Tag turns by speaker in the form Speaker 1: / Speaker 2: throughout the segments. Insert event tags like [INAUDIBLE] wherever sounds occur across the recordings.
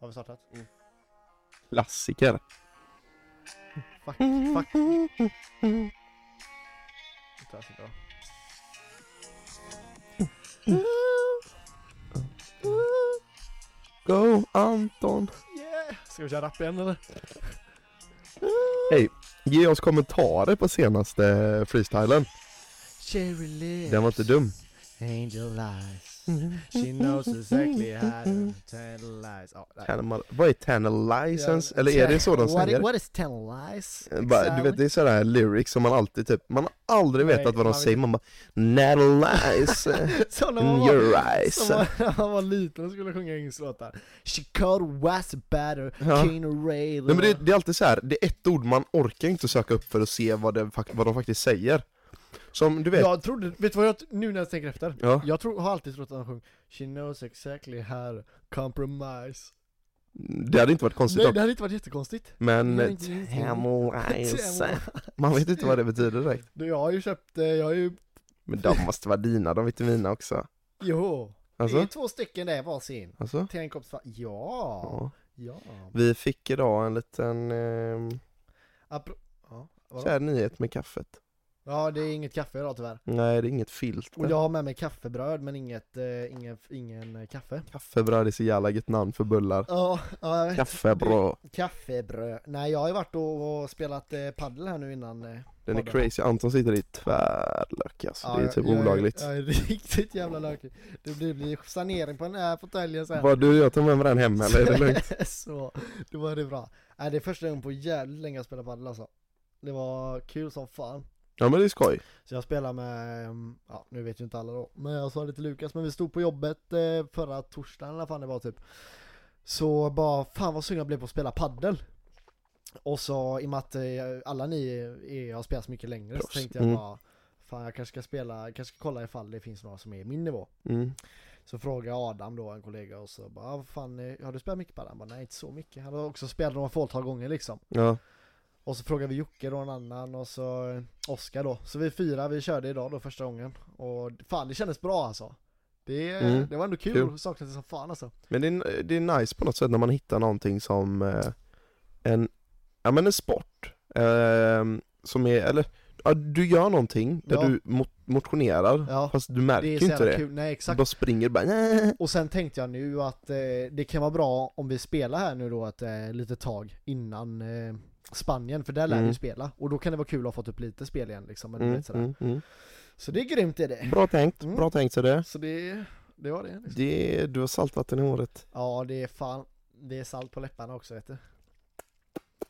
Speaker 1: Har vi startat?
Speaker 2: Mm. Klassiker.
Speaker 1: Fuck, fuck. Det här är så bra.
Speaker 2: Go Anton!
Speaker 1: Yeah! Ska vi köra rap igen eller?
Speaker 2: Ge oss kommentarer på senaste eh, freestylen.
Speaker 1: Cherry lips.
Speaker 2: Den var inte dum.
Speaker 1: Angel eyes. She knows exactly how to tantalize. Ja, nej.
Speaker 2: Tannal- Vad är tantalizens? Eller är det så de
Speaker 1: What i-
Speaker 2: säger? Eh,
Speaker 1: What is tantalize?
Speaker 2: Bara, du vet det är sådana här lyrics som man alltid typ, man har aldrig
Speaker 1: Nej,
Speaker 2: vetat vad de
Speaker 1: man vet-
Speaker 2: säger, man bara Natalize
Speaker 1: [LAUGHS] Som när man
Speaker 2: in
Speaker 1: var-
Speaker 2: Mm, your
Speaker 1: som
Speaker 2: eyes
Speaker 1: man- när man var [LAUGHS] liten och skulle sjunga Engelslåtar. Chicago was better,
Speaker 2: Ja.
Speaker 1: King Ray.
Speaker 2: Nej men det, det är alltid så här. det är ett ord man orkar inte söka upp för att se vad, det, fak- vad de faktiskt säger Som du vet,
Speaker 1: Jag trodde, vet du vad jag, nu när jag tänker efter?
Speaker 2: ja,
Speaker 1: Jag tror, har alltid trott att han sjöng She knows exactly how to compromise
Speaker 2: det hade inte varit konstigt
Speaker 1: Nej
Speaker 2: dock
Speaker 1: det hade inte varit jättekonstigt
Speaker 2: Men
Speaker 1: Det
Speaker 2: eh,
Speaker 1: är inte- [LAUGHS]
Speaker 2: Tamalize Man vet inte vad det betyder direkt
Speaker 1: Du jag har ju köpt, eh, jag har ju,
Speaker 2: Men de måste vara dina, de är inte mina också
Speaker 1: jo Det är
Speaker 2: Alltså,
Speaker 1: två stycken där varsin
Speaker 2: alltså
Speaker 1: Till en kopp svart, ja,
Speaker 2: ja.
Speaker 1: ja,
Speaker 2: Vi fick idag en liten eh,
Speaker 1: Apro- ja. vadå?
Speaker 2: kär nyhet med kaffet
Speaker 1: ja det är inget kaffe idag tyvärr
Speaker 2: Nej det är inget
Speaker 1: Och
Speaker 2: filter
Speaker 1: jag har med mig kaffebröd men inget, eh, ingen, ingen eh, kaffe
Speaker 2: Kaffebröd är så jävla gött namn för bullar
Speaker 1: Ja, ja jag vet.
Speaker 2: Kaffebröd,
Speaker 1: Kaffebröd, nej jag har ju varit och, och spelat eh, paddel här nu innan eh,
Speaker 2: den är
Speaker 1: Vad bra.
Speaker 2: crazy, Anton sitter i tvärlök alltså, det är
Speaker 1: jag-
Speaker 2: typ
Speaker 1: jag
Speaker 2: olagligt
Speaker 1: Jag är [LAUGHS] riktigt jävla lökig. Det blir, blir sanering på den här fåtöljen sen.
Speaker 2: Vad du, jag tar med mig den hem eller är det lugnt?
Speaker 1: [LAUGHS] så, då var det bra. Nej, det är första gången på jävligt länge jag spelar padel alltså. Det var kul som fan.
Speaker 2: Ja men det är skoj.
Speaker 1: Så jag spelar med, mm, ja nu vet ju inte alla då, men jag sa det till Lukas, men vi stod på jobbet eh, förra torsdagen eller vad fan det var typ. Så bara, fan vad sugen jag blev på att spela paddel. Och så i och med att eh, alla ni är, har spelat så mycket längre
Speaker 2: Proffs.
Speaker 1: så tänkte jag
Speaker 2: Mm.
Speaker 1: bara, fan jag kanske ska spela, kanske ska kolla ifall det finns några som är min nivå.
Speaker 2: Mm.
Speaker 1: Så frågade jag Adam då, en kollega, och så bara, ah, vad fan, eh, har du spelat mycket padel? Han bara, nej inte så mycket. Han har också spelat några fåtal gånger liksom.
Speaker 2: Ja.
Speaker 1: Och så frågade vi Jocke då, en annan, och så eh, Oskar då. Så vi fyra, vi körde idag då första gången. Och fan det kändes bra alltså. Det,
Speaker 2: Mm.
Speaker 1: det var ändå kul,
Speaker 2: Kul.
Speaker 1: saknades som fan alltså.
Speaker 2: Men det är, det är nice på något sätt när man hittar någonting som eh, en, ja men en sport. Eh, som är, eller, ja, du gör någonting där
Speaker 1: Ja.
Speaker 2: du mot, motionerar
Speaker 1: Ja.
Speaker 2: fast du
Speaker 1: Det är
Speaker 2: märker
Speaker 1: så
Speaker 2: ju inte
Speaker 1: jävla
Speaker 2: det.
Speaker 1: kul, nej
Speaker 2: Du
Speaker 1: exakt. Mm,
Speaker 2: bara springer bara "Nä."
Speaker 1: Och sen tänkte jag nu att eh, det kan vara bra om vi spelar här nu då ett eh, litet tag innan eh, Spanien, för där lär
Speaker 2: Mm.
Speaker 1: vi spela. Och då kan det vara kul att ha fått upp lite spel igen liksom. Men du
Speaker 2: mm,
Speaker 1: vet, sådär.
Speaker 2: mm, mm.
Speaker 1: Så det är grymt är det.
Speaker 2: Bra tänkt,
Speaker 1: Mm.
Speaker 2: bra tänkt så det.
Speaker 1: Så det, det var det. Liksom.
Speaker 2: det. Du har saltvatten i håret.
Speaker 1: Ja, det är fan. Det är salt på läpparna också vet du.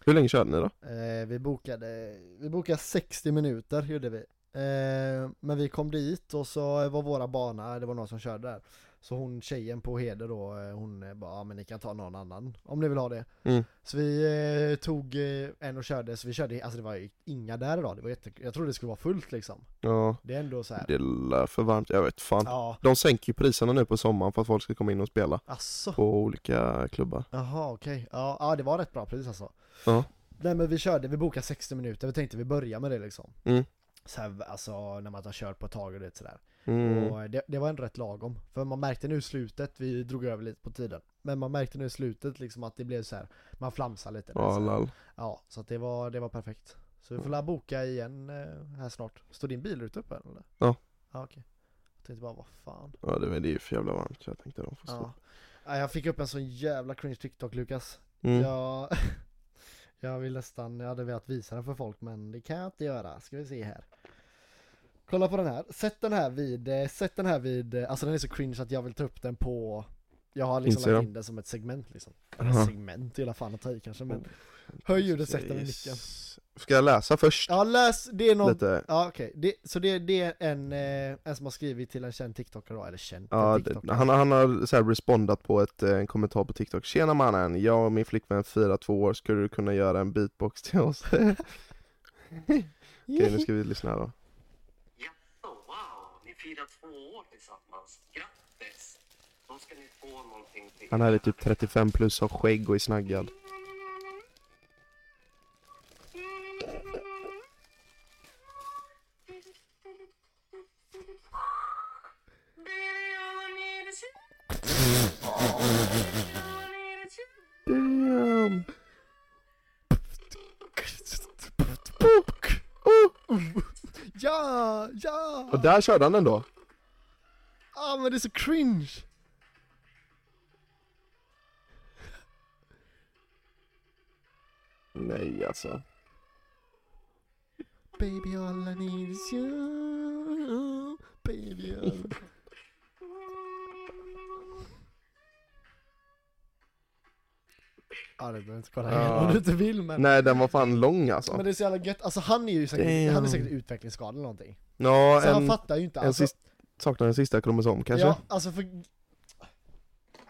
Speaker 2: Hur länge körde ni då?
Speaker 1: Eh, vi, bokade, vi bokade 60 minuter gjorde vi. Eh, men vi kom dit och så var våra bana, det var någon som körde där. Så hon tjejen på Heder då, eh, hon eh, bara, ja men ni kan ta någon annan om ni vill ha det.
Speaker 2: Mm.
Speaker 1: Så vi eh, tog eh, en och körde, så vi körde, alltså det var ju inga där idag. Det var jätte, jag trodde det skulle vara fullt liksom.
Speaker 2: Ja,
Speaker 1: Det är ändå så här.
Speaker 2: det är för varmt, jag vet fan.
Speaker 1: Ja,
Speaker 2: De sänker ju priserna nu på sommaren för att folk ska komma in och spela
Speaker 1: asså.
Speaker 2: på olika klubbar.
Speaker 1: Jaha okej, ja, ja det var rätt bra pris alltså
Speaker 2: Ja.
Speaker 1: Nej men vi körde, vi bokade 60 minuter, vi tänkte vi börjar med det liksom
Speaker 2: Mm.
Speaker 1: så här, Alltså när man har kört på ett tag och det sådär
Speaker 2: Mm.
Speaker 1: Och det, det var ändå rätt lagom För man märkte nu i slutet, vi drog över lite på tiden Men man märkte nu i slutet liksom att det blev så här. man flamsade lite det är
Speaker 2: Ja, Mm.
Speaker 1: så här.
Speaker 2: lall.
Speaker 1: ja så att det var, det var perfekt Så vi får la boka igen eh, här snart Står din bil ute uppe eller?
Speaker 2: Ja.
Speaker 1: Ja okej Jag tänkte bara, vad fan
Speaker 2: Ja det, men det är ju för jävla varmt så jag tänkte de får stå.
Speaker 1: Ja. Ja, Jag fick upp en sån jävla cringe TikTok Lukas
Speaker 2: Mm.
Speaker 1: Jag, [LAUGHS] jag vill nästan, jag hade velat visa den för folk men det kan jag inte göra. Ska vi se här. Kolla på den här. Sätt den här vid, eh, sätt den här vid, eh, alltså den är så cringe att jag vill ta upp den på jag har liksom
Speaker 2: Instagram.
Speaker 1: lagt in den som ett segment liksom.
Speaker 2: Aha.
Speaker 1: Segment, hela fan att ta i kanske men.
Speaker 2: Oh,
Speaker 1: Höj ljudet, sätt den vid
Speaker 2: Precis.
Speaker 1: micken.
Speaker 2: Ska jag läsa först?
Speaker 1: Ja läs, det är någon,
Speaker 2: Lite.
Speaker 1: ja okej. Det, så det, det är en, eh, en som har skrivit till en känd TikToker då, eller känd en
Speaker 2: Ja,
Speaker 1: TikToker.
Speaker 2: det, han, han har så här respondat på ett, eh, en kommentar på TikTok Tjena mannen, jag och min flickvän firar två år, skulle du kunna göra en beatbox till oss? [LAUGHS] Okej nu ska vi lyssna här då
Speaker 3: Jaså, wow, ni firar två år tillsammans. Grattis! Då ska ni få någonting till.
Speaker 2: Han här är typ 35 plus, har skägg och är snaggad om.
Speaker 1: Ja, ja!
Speaker 2: Och där körde han den då.
Speaker 1: Ah men det är så cringe!
Speaker 2: Nej alltså.
Speaker 1: Baby all I need is you Baby all... Ja du Ah, behöver inte kolla
Speaker 2: Ja.
Speaker 1: igenom om du inte vill men...
Speaker 2: Nej den var fan lång alltså.
Speaker 1: Men det är så jävla gött, alltså han är ju säkert,
Speaker 2: Damn.
Speaker 1: han är säkert utvecklingsskadad eller någonting.
Speaker 2: Ja,
Speaker 1: Så han
Speaker 2: en,
Speaker 1: fattar ju inte
Speaker 2: en
Speaker 1: alltså.
Speaker 2: sist, saknar en sista kromosom kanske.
Speaker 1: Ja, alltså för...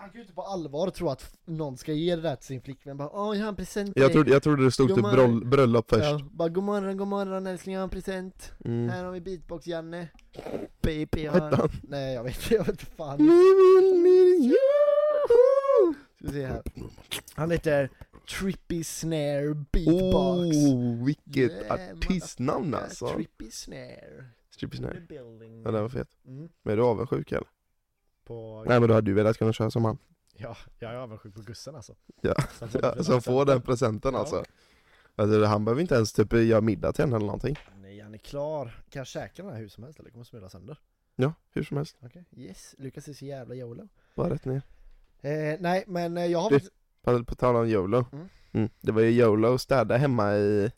Speaker 1: Han kan ju inte på allvar tro att någon ska ge det där till sin flickvän, bara åh jag har en present till
Speaker 2: Jag,
Speaker 1: dig."
Speaker 2: trodde, jag trodde det stod typ
Speaker 1: Domare.
Speaker 2: bröll, bröllop först.
Speaker 1: Ja, bara god morgon, god morgon älskling, jag har en present.
Speaker 2: Mm.
Speaker 1: Här har vi
Speaker 2: [LAUGHS]
Speaker 1: beatbox-Janne. Baby, jag
Speaker 2: Vänta.
Speaker 1: har... Nej jag vet jag vet inte fan.
Speaker 2: Ni vill ni- Yahoo!
Speaker 1: Ska vi se här. Han heter Trippy Snare Beatbox.
Speaker 2: Oh, vilket
Speaker 1: Yeah,
Speaker 2: artistnamn
Speaker 1: motherfucker.
Speaker 2: alltså!
Speaker 1: Trippy Snare.
Speaker 2: Stripper
Speaker 1: The
Speaker 2: Snare.
Speaker 1: building.
Speaker 2: Ja, den var fet.
Speaker 1: Mm.
Speaker 2: Men är du avundsjuk eller?
Speaker 1: På...
Speaker 2: Nej men då hade du velat kunna köra som han.
Speaker 1: Ja, jag är avundsjuk på Gussen alltså.
Speaker 2: Ja,
Speaker 1: Så att jag
Speaker 2: Ja,
Speaker 1: inte
Speaker 2: som får Alltså,
Speaker 1: presenten.
Speaker 2: den presenten
Speaker 1: Ja.
Speaker 2: alltså. alltså. Han behöver inte ens typ göra middag till henne eller någonting.
Speaker 1: Nej, han är klar. Kan jag käka den här hur som helst eller kommer smula sönder?
Speaker 2: Ja, hur som helst.
Speaker 1: Okej, yes. Lukas är så jävla YOLO.
Speaker 2: Bara rätt ner.
Speaker 1: Eh, nej, men eh, jag har
Speaker 2: Du-
Speaker 1: faktiskt...
Speaker 2: På- På tal om YOLO.
Speaker 1: Mm.
Speaker 2: Mm. Det var ju YOLO och städa hemma i...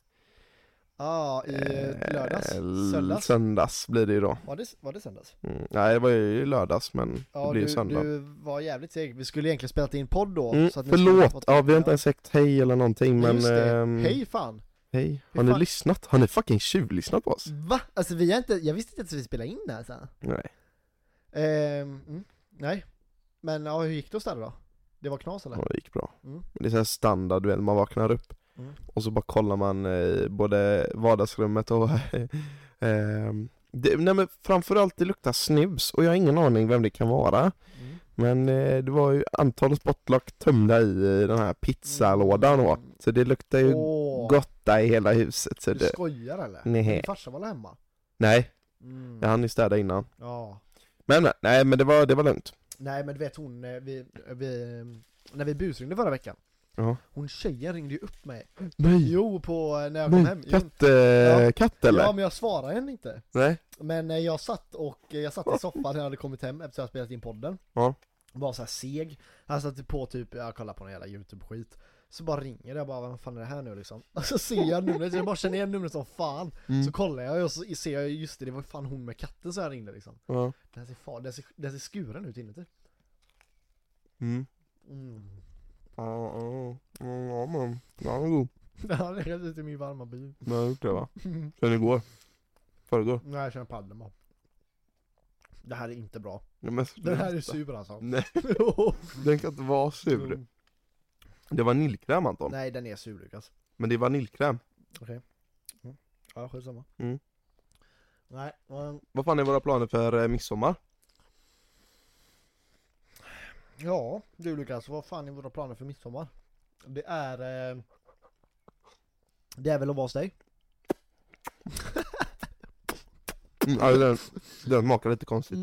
Speaker 1: Ja, i eh, lördags?
Speaker 2: eh,
Speaker 1: Söndags?
Speaker 2: Söndags blir det ju då.
Speaker 1: Var det, var det söndags?
Speaker 2: Mm. Nej det var ju i lördags men det
Speaker 1: Ja,
Speaker 2: blir ju
Speaker 1: du,
Speaker 2: söndag.
Speaker 1: du var jävligt seg. Vi skulle egentligen spelat in podd då.
Speaker 2: Mm,
Speaker 1: ni skulle ha
Speaker 2: förlåt,
Speaker 1: fått-
Speaker 2: ja, vi har inte ens sagt hej eller någonting
Speaker 1: Ja,
Speaker 2: men...
Speaker 1: just det.
Speaker 2: ehm,
Speaker 1: Hej fan!
Speaker 2: hej.
Speaker 1: Hur
Speaker 2: Har ni
Speaker 1: fan-
Speaker 2: lyssnat? Har ni fucking tjuvlyssnat på oss?
Speaker 1: Va? Alltså vi har inte, jag visste inte att vi spelade in det här sen.
Speaker 2: Nej.
Speaker 1: Ehm, mm, nej. Men ja, hur gick det hos dig då? Det var knas eller?
Speaker 2: Ja, det gick bra.
Speaker 1: Mm.
Speaker 2: Det är så här standard, du vet, man vaknar upp
Speaker 1: Mm.
Speaker 2: och så bara kollar man eh, både vardagsrummet och... [LAUGHS] ehm, det, nej men framförallt det luktar snus och jag har ingen aning vem det kan vara.
Speaker 1: Mm.
Speaker 2: Men eh, det var ju antal spottlock tömda i eh, den här pizzalådan då.
Speaker 1: Mm.
Speaker 2: Så det luktar ju
Speaker 1: Åh,
Speaker 2: gotta i hela huset. Så
Speaker 1: du
Speaker 2: det,
Speaker 1: skojar eller?
Speaker 2: Nej.
Speaker 1: Min farsa var väl hemma?
Speaker 2: nej,
Speaker 1: Mm.
Speaker 2: jag hann ju städa innan.
Speaker 1: ja.
Speaker 2: Men men, nej men det var, det var lugnt.
Speaker 1: Nej men du vet hon, eh, vi, vi, när vi busringde förra veckan.
Speaker 2: Ja.
Speaker 1: Hon tjejen ringde ju upp mig.
Speaker 2: Nej,
Speaker 1: Jo, på eh, när jag kom hem.
Speaker 2: nej
Speaker 1: Jo,
Speaker 2: katt, eh,
Speaker 1: Ja.
Speaker 2: katt eller?
Speaker 1: Ja men jag svarade henne inte.
Speaker 2: Nej.
Speaker 1: Men eh, jag satt och eh, jag satt i soffan när jag hade kommit hem efter att jag spelat in podden.
Speaker 2: Ja.
Speaker 1: Var så här seg. Han satte på typ, jag kollade på någon jävla YouTube-skit. Så bara ringer det, jag bara vad fan är det här nu liksom? [LAUGHS] Och så ser jag numret, jag bara känner igen numret som fan.
Speaker 2: Mm.
Speaker 1: Så kollar jag och så ser jag, just det, det var fan hon med katten som jag ringde liksom.
Speaker 2: Ja.
Speaker 1: Den ser, far, den ser, den ser skuren ut inuti.
Speaker 2: Mm.
Speaker 1: Mm. [LAUGHS]
Speaker 2: Ja, ja, ja, ja men den är god.
Speaker 1: Den har legat ute i min varma by.
Speaker 2: Den har gjort det va?
Speaker 1: Mm.
Speaker 2: Sen igår. Förrgår.
Speaker 1: Nej jag känner paddeln bara. Det här är inte bra.
Speaker 2: Ja, men
Speaker 1: Den här är
Speaker 2: sluta.
Speaker 1: sur alltså. [LAUGHS]
Speaker 2: Nej, den kan inte vara sur. Det är vaniljkräm Anton.
Speaker 1: Nej den är sur Lukas.
Speaker 2: Men det är vaniljkräm.
Speaker 1: Ja skitsamma.
Speaker 2: Mm.
Speaker 1: Nej, men,
Speaker 2: Vad fan är våra planer för eh, midsommar?
Speaker 1: ja du Lukas, vad fan är våra planer för midsommar? Det är... Eh, det är väl att vara hos [LAUGHS] dig?
Speaker 2: Mm, ja, den, den smakar lite konstigt.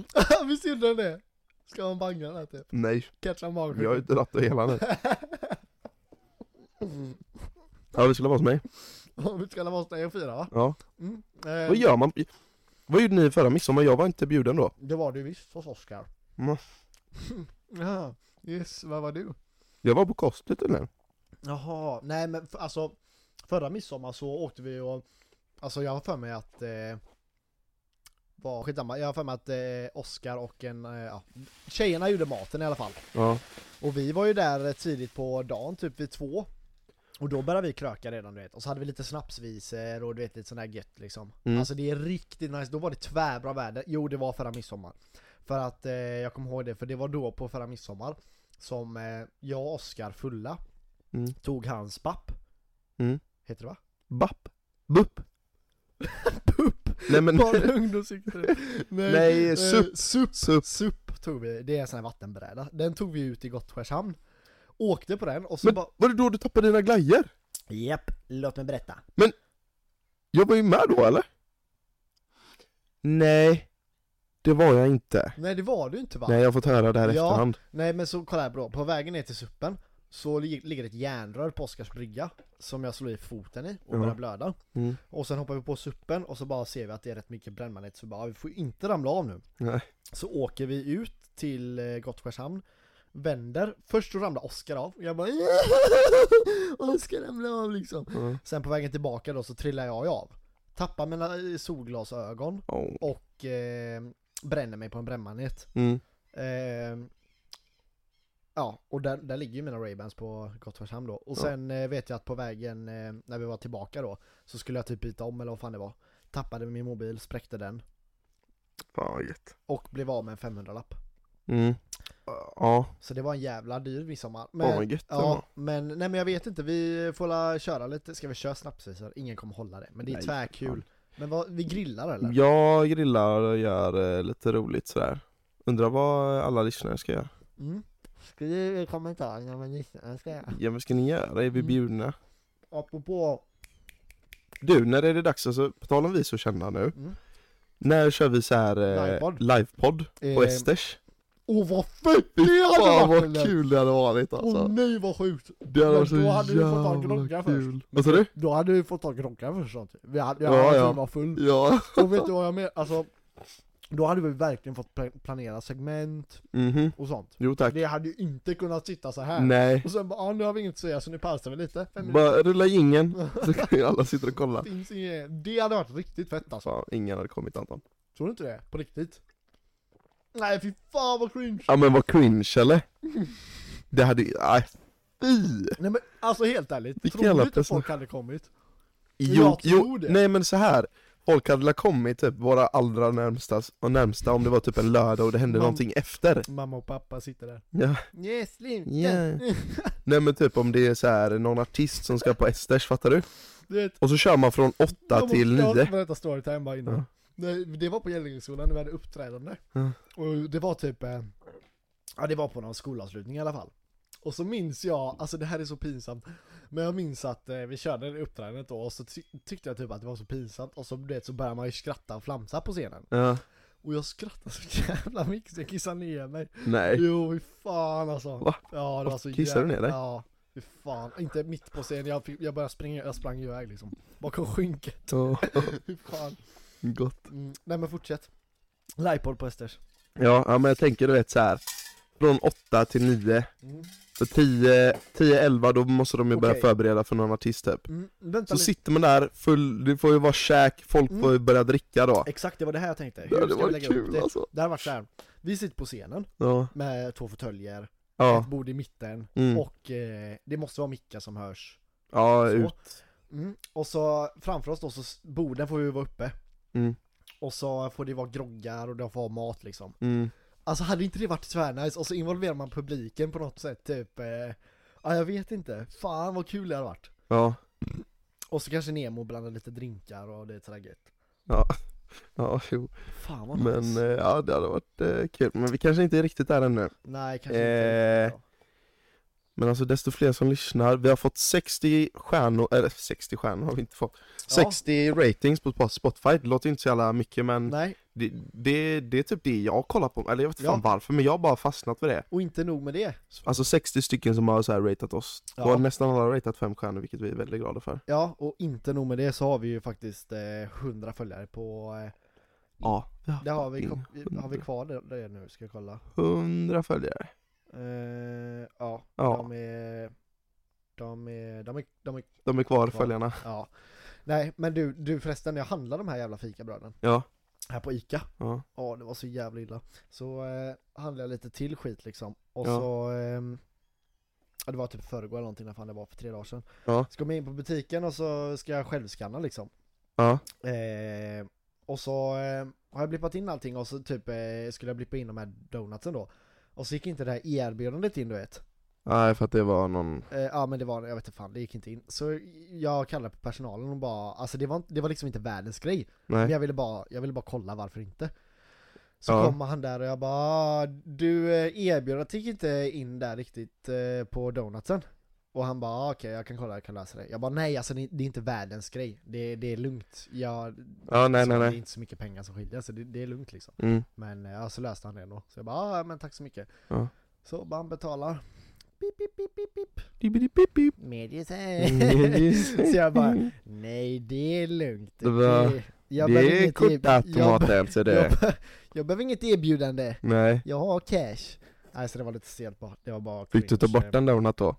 Speaker 1: Visst gjorde den det? Ska man banga den här typ?
Speaker 2: Nej,
Speaker 1: Catcha
Speaker 2: jag har ju
Speaker 1: magsjukan?
Speaker 2: inte ratt och hela nu. [LAUGHS] Ja, vi skulle vara hos mig.
Speaker 1: [LAUGHS] Om vi ska alla vara hos dig och fira va?
Speaker 2: Ja.
Speaker 1: Mm.
Speaker 2: Vad
Speaker 1: Eh,
Speaker 2: gör man? Vad gjorde ni förra midsommar? Jag var inte bjuden då.
Speaker 1: det var du visst hos Oskar. [LAUGHS]
Speaker 2: Mm.
Speaker 1: Jaha, yes, vad var du?
Speaker 2: Jag var på kostet eller?
Speaker 1: Jaha, nej men för, alltså förra midsommar så åkte vi och alltså jag har för mig att eh, var, skitsamma, jag har för mig att eh, Oskar och en, eh, ja, tjejerna gjorde maten i alla fall.
Speaker 2: Ja.
Speaker 1: Och vi var ju där eh, tidigt på dagen, typ vid två. Och då började vi kröka redan du vet, och så hade vi lite snapsvisor och du vet lite sån där gött liksom.
Speaker 2: Mm.
Speaker 1: Alltså det är riktigt nice, då var det tvärbra väder. Jo det var förra midsommar. För att eh, jag kommer ihåg det, för det var då på förra midsommar som eh, jag och Oskar fulla
Speaker 2: Mm.
Speaker 1: tog hans papp.
Speaker 2: Mm.
Speaker 1: Heter det va?
Speaker 2: Bapp. Bupp.
Speaker 1: [LAUGHS] Pupp!
Speaker 2: Nej men.
Speaker 1: Barn och ungdomssyktare.
Speaker 2: Nej,
Speaker 1: eh,
Speaker 2: supp.
Speaker 1: supp.
Speaker 2: Supp.
Speaker 1: Supp tog vi, det är en sån här vattenbräda. Den tog vi ut i Gottskärshamn. Åkte på den och så
Speaker 2: Men
Speaker 1: bara...
Speaker 2: [LAUGHS] var det då du tappade dina glajjor?
Speaker 1: Japp, låt mig berätta.
Speaker 2: Jag var ju med då eller? Nej. Det var jag inte.
Speaker 1: Nej det var du inte va?
Speaker 2: Nej jag har fått höra det här
Speaker 1: Ja.
Speaker 2: efterhand.
Speaker 1: Nej men så kolla här bro, på vägen ner till suppen Så lig- ligger det ett järnrör på Oskars brygga Som jag slår i foten i och
Speaker 2: Ja.
Speaker 1: börjar blöda
Speaker 2: Mm.
Speaker 1: Och sen hoppar vi på suppen och så bara ser vi att det är rätt mycket brännmanet Så vi bara, vi får inte ramla av nu
Speaker 2: Nej.
Speaker 1: Så åker vi ut till eh, Gottskärshamn Vänder, först så ramlar Oskar av och jag bara [LAUGHS] Oskar ramlar av liksom
Speaker 2: Mm.
Speaker 1: Sen på vägen tillbaka då så trillar jag ju av Tappar mina eh, solglasögon
Speaker 2: Oh.
Speaker 1: och eh, bränner mig på en brännmanet
Speaker 2: Mm.
Speaker 1: Eh, ja, och där, där ligger ju mina Ray-Bans på Gottfridshamn då. Och
Speaker 2: Ja.
Speaker 1: sen eh, vet jag att på vägen eh, när vi var tillbaka då så skulle jag typ byta om eller vad fan det var. Tappade min mobil, spräckte den
Speaker 2: Fan vad gött.
Speaker 1: och blev av med en 500-lapp.
Speaker 2: Mm. Ja,
Speaker 1: Så det var en jävla dyr midsommar.
Speaker 2: men,
Speaker 1: Men,
Speaker 2: oh, vad gött det var.
Speaker 1: ja, men, nej, men jag vet inte, vi får la köra lite. Ska vi köra snapsisar? Ingen kommer hålla det, men det är
Speaker 2: Nej,
Speaker 1: tvärkul. Men vad, vi grillar eller?
Speaker 2: Jag grillar och gör eh, lite roligt sådär. Undrar vad alla lyssnare
Speaker 1: [LAUGHS]
Speaker 2: ska göra.
Speaker 1: Mm. Skriv i kommentarerna vad ni ska göra.
Speaker 2: Ja men ska ni göra? Är vi
Speaker 1: Mm.
Speaker 2: bjudna?
Speaker 1: Apropå...
Speaker 2: Du, när är det dags? Alltså, på tal om vi så kända nu.
Speaker 1: Mm.
Speaker 2: När kör vi så här eh,
Speaker 1: Livepodd.
Speaker 2: livepodd på
Speaker 1: Eh,
Speaker 2: Esters?
Speaker 1: Åh vad fett [LAUGHS] det
Speaker 2: Fan
Speaker 1: hade varit!
Speaker 2: vad
Speaker 1: eller?
Speaker 2: kul det hade varit alltså.
Speaker 1: Åh nej vad sjukt!
Speaker 2: det hade
Speaker 1: men
Speaker 2: varit så
Speaker 1: då hade vi fått ta en
Speaker 2: jävla
Speaker 1: gnugga först.
Speaker 2: kul. Vad sa du?
Speaker 1: Då hade vi fått ta groggar först sånt. Vi hade,
Speaker 2: Ja,
Speaker 1: jag hade
Speaker 2: ja.
Speaker 1: var full.
Speaker 2: Ja.
Speaker 1: Och vet du vad jag menar? Alltså, då hade vi verkligen fått pla- planera segment
Speaker 2: [LAUGHS] Mhm.
Speaker 1: och sånt.
Speaker 2: Jo tack.
Speaker 1: Det hade ju inte kunnat sitta så här.
Speaker 2: Nej.
Speaker 1: Och sen bara, ah, nu har vi inget att säga så nu pausar vi lite. Fem minuter.
Speaker 2: Bara
Speaker 1: [LAUGHS]
Speaker 2: rulla ingen så kan ju alla sitta och kolla.
Speaker 1: Finns inget- Det hade varit riktigt fett alltså.
Speaker 2: Fan, ingen hade kommit Anton.
Speaker 1: Tror du inte det? På riktigt? Nej fy fan vad cringe!
Speaker 2: Ja men vad cringe
Speaker 1: [LAUGHS]
Speaker 2: eller? Det hade ju, nej fy!
Speaker 1: Nej men alltså helt ärligt,
Speaker 2: Vilken
Speaker 1: tror
Speaker 2: jävla
Speaker 1: du inte
Speaker 2: presentation.
Speaker 1: folk hade kommit?
Speaker 2: Jo, jo,
Speaker 1: tror det.
Speaker 2: nej men så här. Folk hade väl kommit typ våra allra närmsta, och närmsta om det var typ en lördag och det hände
Speaker 1: Man-
Speaker 2: någonting efter.
Speaker 1: Mamma och pappa sitter där.
Speaker 2: Ja.
Speaker 1: Yes, Linken!
Speaker 2: Ja. Nej men typ om det är så här någon artist som ska på Esters, fattar du?
Speaker 1: [LAUGHS] Du vet,
Speaker 2: Och så kör man från
Speaker 1: Jag
Speaker 2: 8
Speaker 1: måste-
Speaker 2: till
Speaker 1: Jag
Speaker 2: 9.
Speaker 1: måste berätta storytime bara innan.
Speaker 2: Ja.
Speaker 1: Det, det var på Gällingsskolan när vi hade uppträdande.
Speaker 2: Ja.
Speaker 1: Och det var typ, eh, ja det var på någon skolavslutning i alla fall. Och så minns jag, alltså det här är så pinsamt, men jag minns att eh, vi körde det uppträdandet då och så ty- tyckte jag typ att det var så pinsamt och så, du vet, så började man ju skratta och flamsa på scenen.
Speaker 2: Ja,
Speaker 1: Och jag skrattade så jävla mycket så jag kissade ner mig.
Speaker 2: nej.
Speaker 1: Jo, fy fan alltså.
Speaker 2: Va?
Speaker 1: Ja, det var så
Speaker 2: Kissade du
Speaker 1: jävla-
Speaker 2: ner dig?
Speaker 1: Ja, fy fan. Inte mitt på scenen, jag, fick, jag började springa, jag sprang iväg liksom. Bakom skynket,
Speaker 2: Åh,
Speaker 1: fy fan.
Speaker 2: gott.
Speaker 1: Mm, nej men fortsätt. Livepodd på Esters.
Speaker 2: Ja, ja men jag tänker du vet så här. Från 8 till 9.
Speaker 1: Mm.
Speaker 2: Så 10, 10, 11 då måste de ju börja
Speaker 1: Okej.
Speaker 2: förbereda för någon artist typ.
Speaker 1: Mm, vänta
Speaker 2: Så
Speaker 1: lite.
Speaker 2: sitter man där full, det får ju vara käk, folk
Speaker 1: Mm.
Speaker 2: får ju börja dricka då.
Speaker 1: Exakt, det var det här jag tänkte.
Speaker 2: Det
Speaker 1: Hur
Speaker 2: hade
Speaker 1: ska vi
Speaker 2: varit
Speaker 1: lägga upp
Speaker 2: kul
Speaker 1: det?
Speaker 2: alltså.
Speaker 1: Det här var så här. Vi sitter på scenen
Speaker 2: Ja,
Speaker 1: med två fåtöljer,
Speaker 2: ja,
Speaker 1: ett bord i mitten
Speaker 2: mm.
Speaker 1: och eh, det måste vara mickar som hörs.
Speaker 2: ja
Speaker 1: så.
Speaker 2: ut.
Speaker 1: Mm. Och så framför oss då, så s- borden får ju vara uppe.
Speaker 2: Mm.
Speaker 1: Och så får det vara groggar och det får vara mat liksom.
Speaker 2: Mm.
Speaker 1: Alltså hade inte det varit tvärnice och så involverar man publiken på något sätt typ, eh, ja jag vet inte, fan vad kul det hade varit.
Speaker 2: Ja,
Speaker 1: Och så kanske Nemo blandar lite drinkar och det är sådär gött.
Speaker 2: ja, ja, jo.
Speaker 1: Fan vad
Speaker 2: Men
Speaker 1: nice.
Speaker 2: eh, ja, det hade varit eh, kul. Men vi kanske inte är riktigt där ännu.
Speaker 1: Nej kanske inte.
Speaker 2: eh, Men alltså desto fler som lyssnar. Vi har fått 60 stjärnor, eller 60 stjärnor har vi inte fått. 60 ratings på Spotify. Det låter inte så jävla mycket men
Speaker 1: Nej,
Speaker 2: det, det, det är typ det jag kollar på. Eller jag vet inte
Speaker 1: Ja.
Speaker 2: fan varför men jag har bara fastnat för det.
Speaker 1: och inte nog med det.
Speaker 2: Alltså 60 stycken som har så här ratat oss.
Speaker 1: Ja.
Speaker 2: Och nästan alla har ratat fem stjärnor vilket vi är väldigt glada för.
Speaker 1: Ja, och inte nog med det så har vi ju faktiskt eh, 100 följare på... Eh,
Speaker 2: Ja,
Speaker 1: det har vi,
Speaker 2: fucking
Speaker 1: har vi kvar det, det nu, ska jag kolla.
Speaker 2: 100 följare.
Speaker 1: Eh, ja,
Speaker 2: Ja.
Speaker 1: de är... De är, de är, de är,
Speaker 2: De är kvar,
Speaker 1: Kvar.
Speaker 2: följarna.
Speaker 1: ja. Nej, men du, du förresten, jag handlade de här jävla fikabröden.
Speaker 2: Ja.
Speaker 1: Här på Ica.
Speaker 2: Ja.
Speaker 1: Ja, det var så jävla illa. Så eh, handlade jag lite till skit liksom. Och
Speaker 2: Ja.
Speaker 1: så, ehm, ja, det var typ förrgår eller någonting, när fan det var för tre dagar sedan.
Speaker 2: Ja.
Speaker 1: Så kom jag in på butiken och så ska jag självskanna liksom.
Speaker 2: Ja.
Speaker 1: Eh, och så eh, har jag blippat in allting och så typ eh, skulle jag blippa in de här donutsen då. Och så gick inte det här erbjudandet in du vet.
Speaker 2: Nej för att det var någon,
Speaker 1: Eh, ja men det var, jag vet inte fan, det gick inte in. Så jag kallade på personalen och bara, alltså det var, inte- det var liksom inte världens grej. Men
Speaker 2: nej.
Speaker 1: jag ville bara, jag ville bara kolla varför inte. Så
Speaker 2: Ja.
Speaker 1: kommer han där och jag bara, "Ah, du eh, erbjudandet gick inte in där riktigt eh, på donutsen. Och han bara, "Ah, okej jag kan kolla, jag kan läsa det. Jag bara, nej alltså det det är inte världens grej. Det, det är lugnt. Jag,
Speaker 2: Ja nej
Speaker 1: så
Speaker 2: nej
Speaker 1: Det är
Speaker 2: nej.
Speaker 1: inte så mycket pengar som skiljer så det, det är lugnt liksom.
Speaker 2: Mm.
Speaker 1: Men eh, ja, så löste han det ändå. Så jag bara, "Ah, men tack så mycket.
Speaker 2: Ja.
Speaker 1: Så bara han betalar. Pip, pip, pip, pip, pip.
Speaker 2: Dibbidi bip bip.
Speaker 1: Medge
Speaker 2: Medge.
Speaker 1: [LAUGHS] Så jag bara, nej det är lugnt.
Speaker 2: Det var-
Speaker 1: jag behöver
Speaker 2: Det är
Speaker 1: inget erbj- jag, be-
Speaker 2: kortautomaten så
Speaker 1: jag,
Speaker 2: det.
Speaker 1: be- jag behöver inget erbjudande.
Speaker 2: Nej.
Speaker 1: Jag har cash. Nej så det var lite stelt bara. Det var bara
Speaker 2: Fick du ta
Speaker 1: cringe.
Speaker 2: bort den donut då?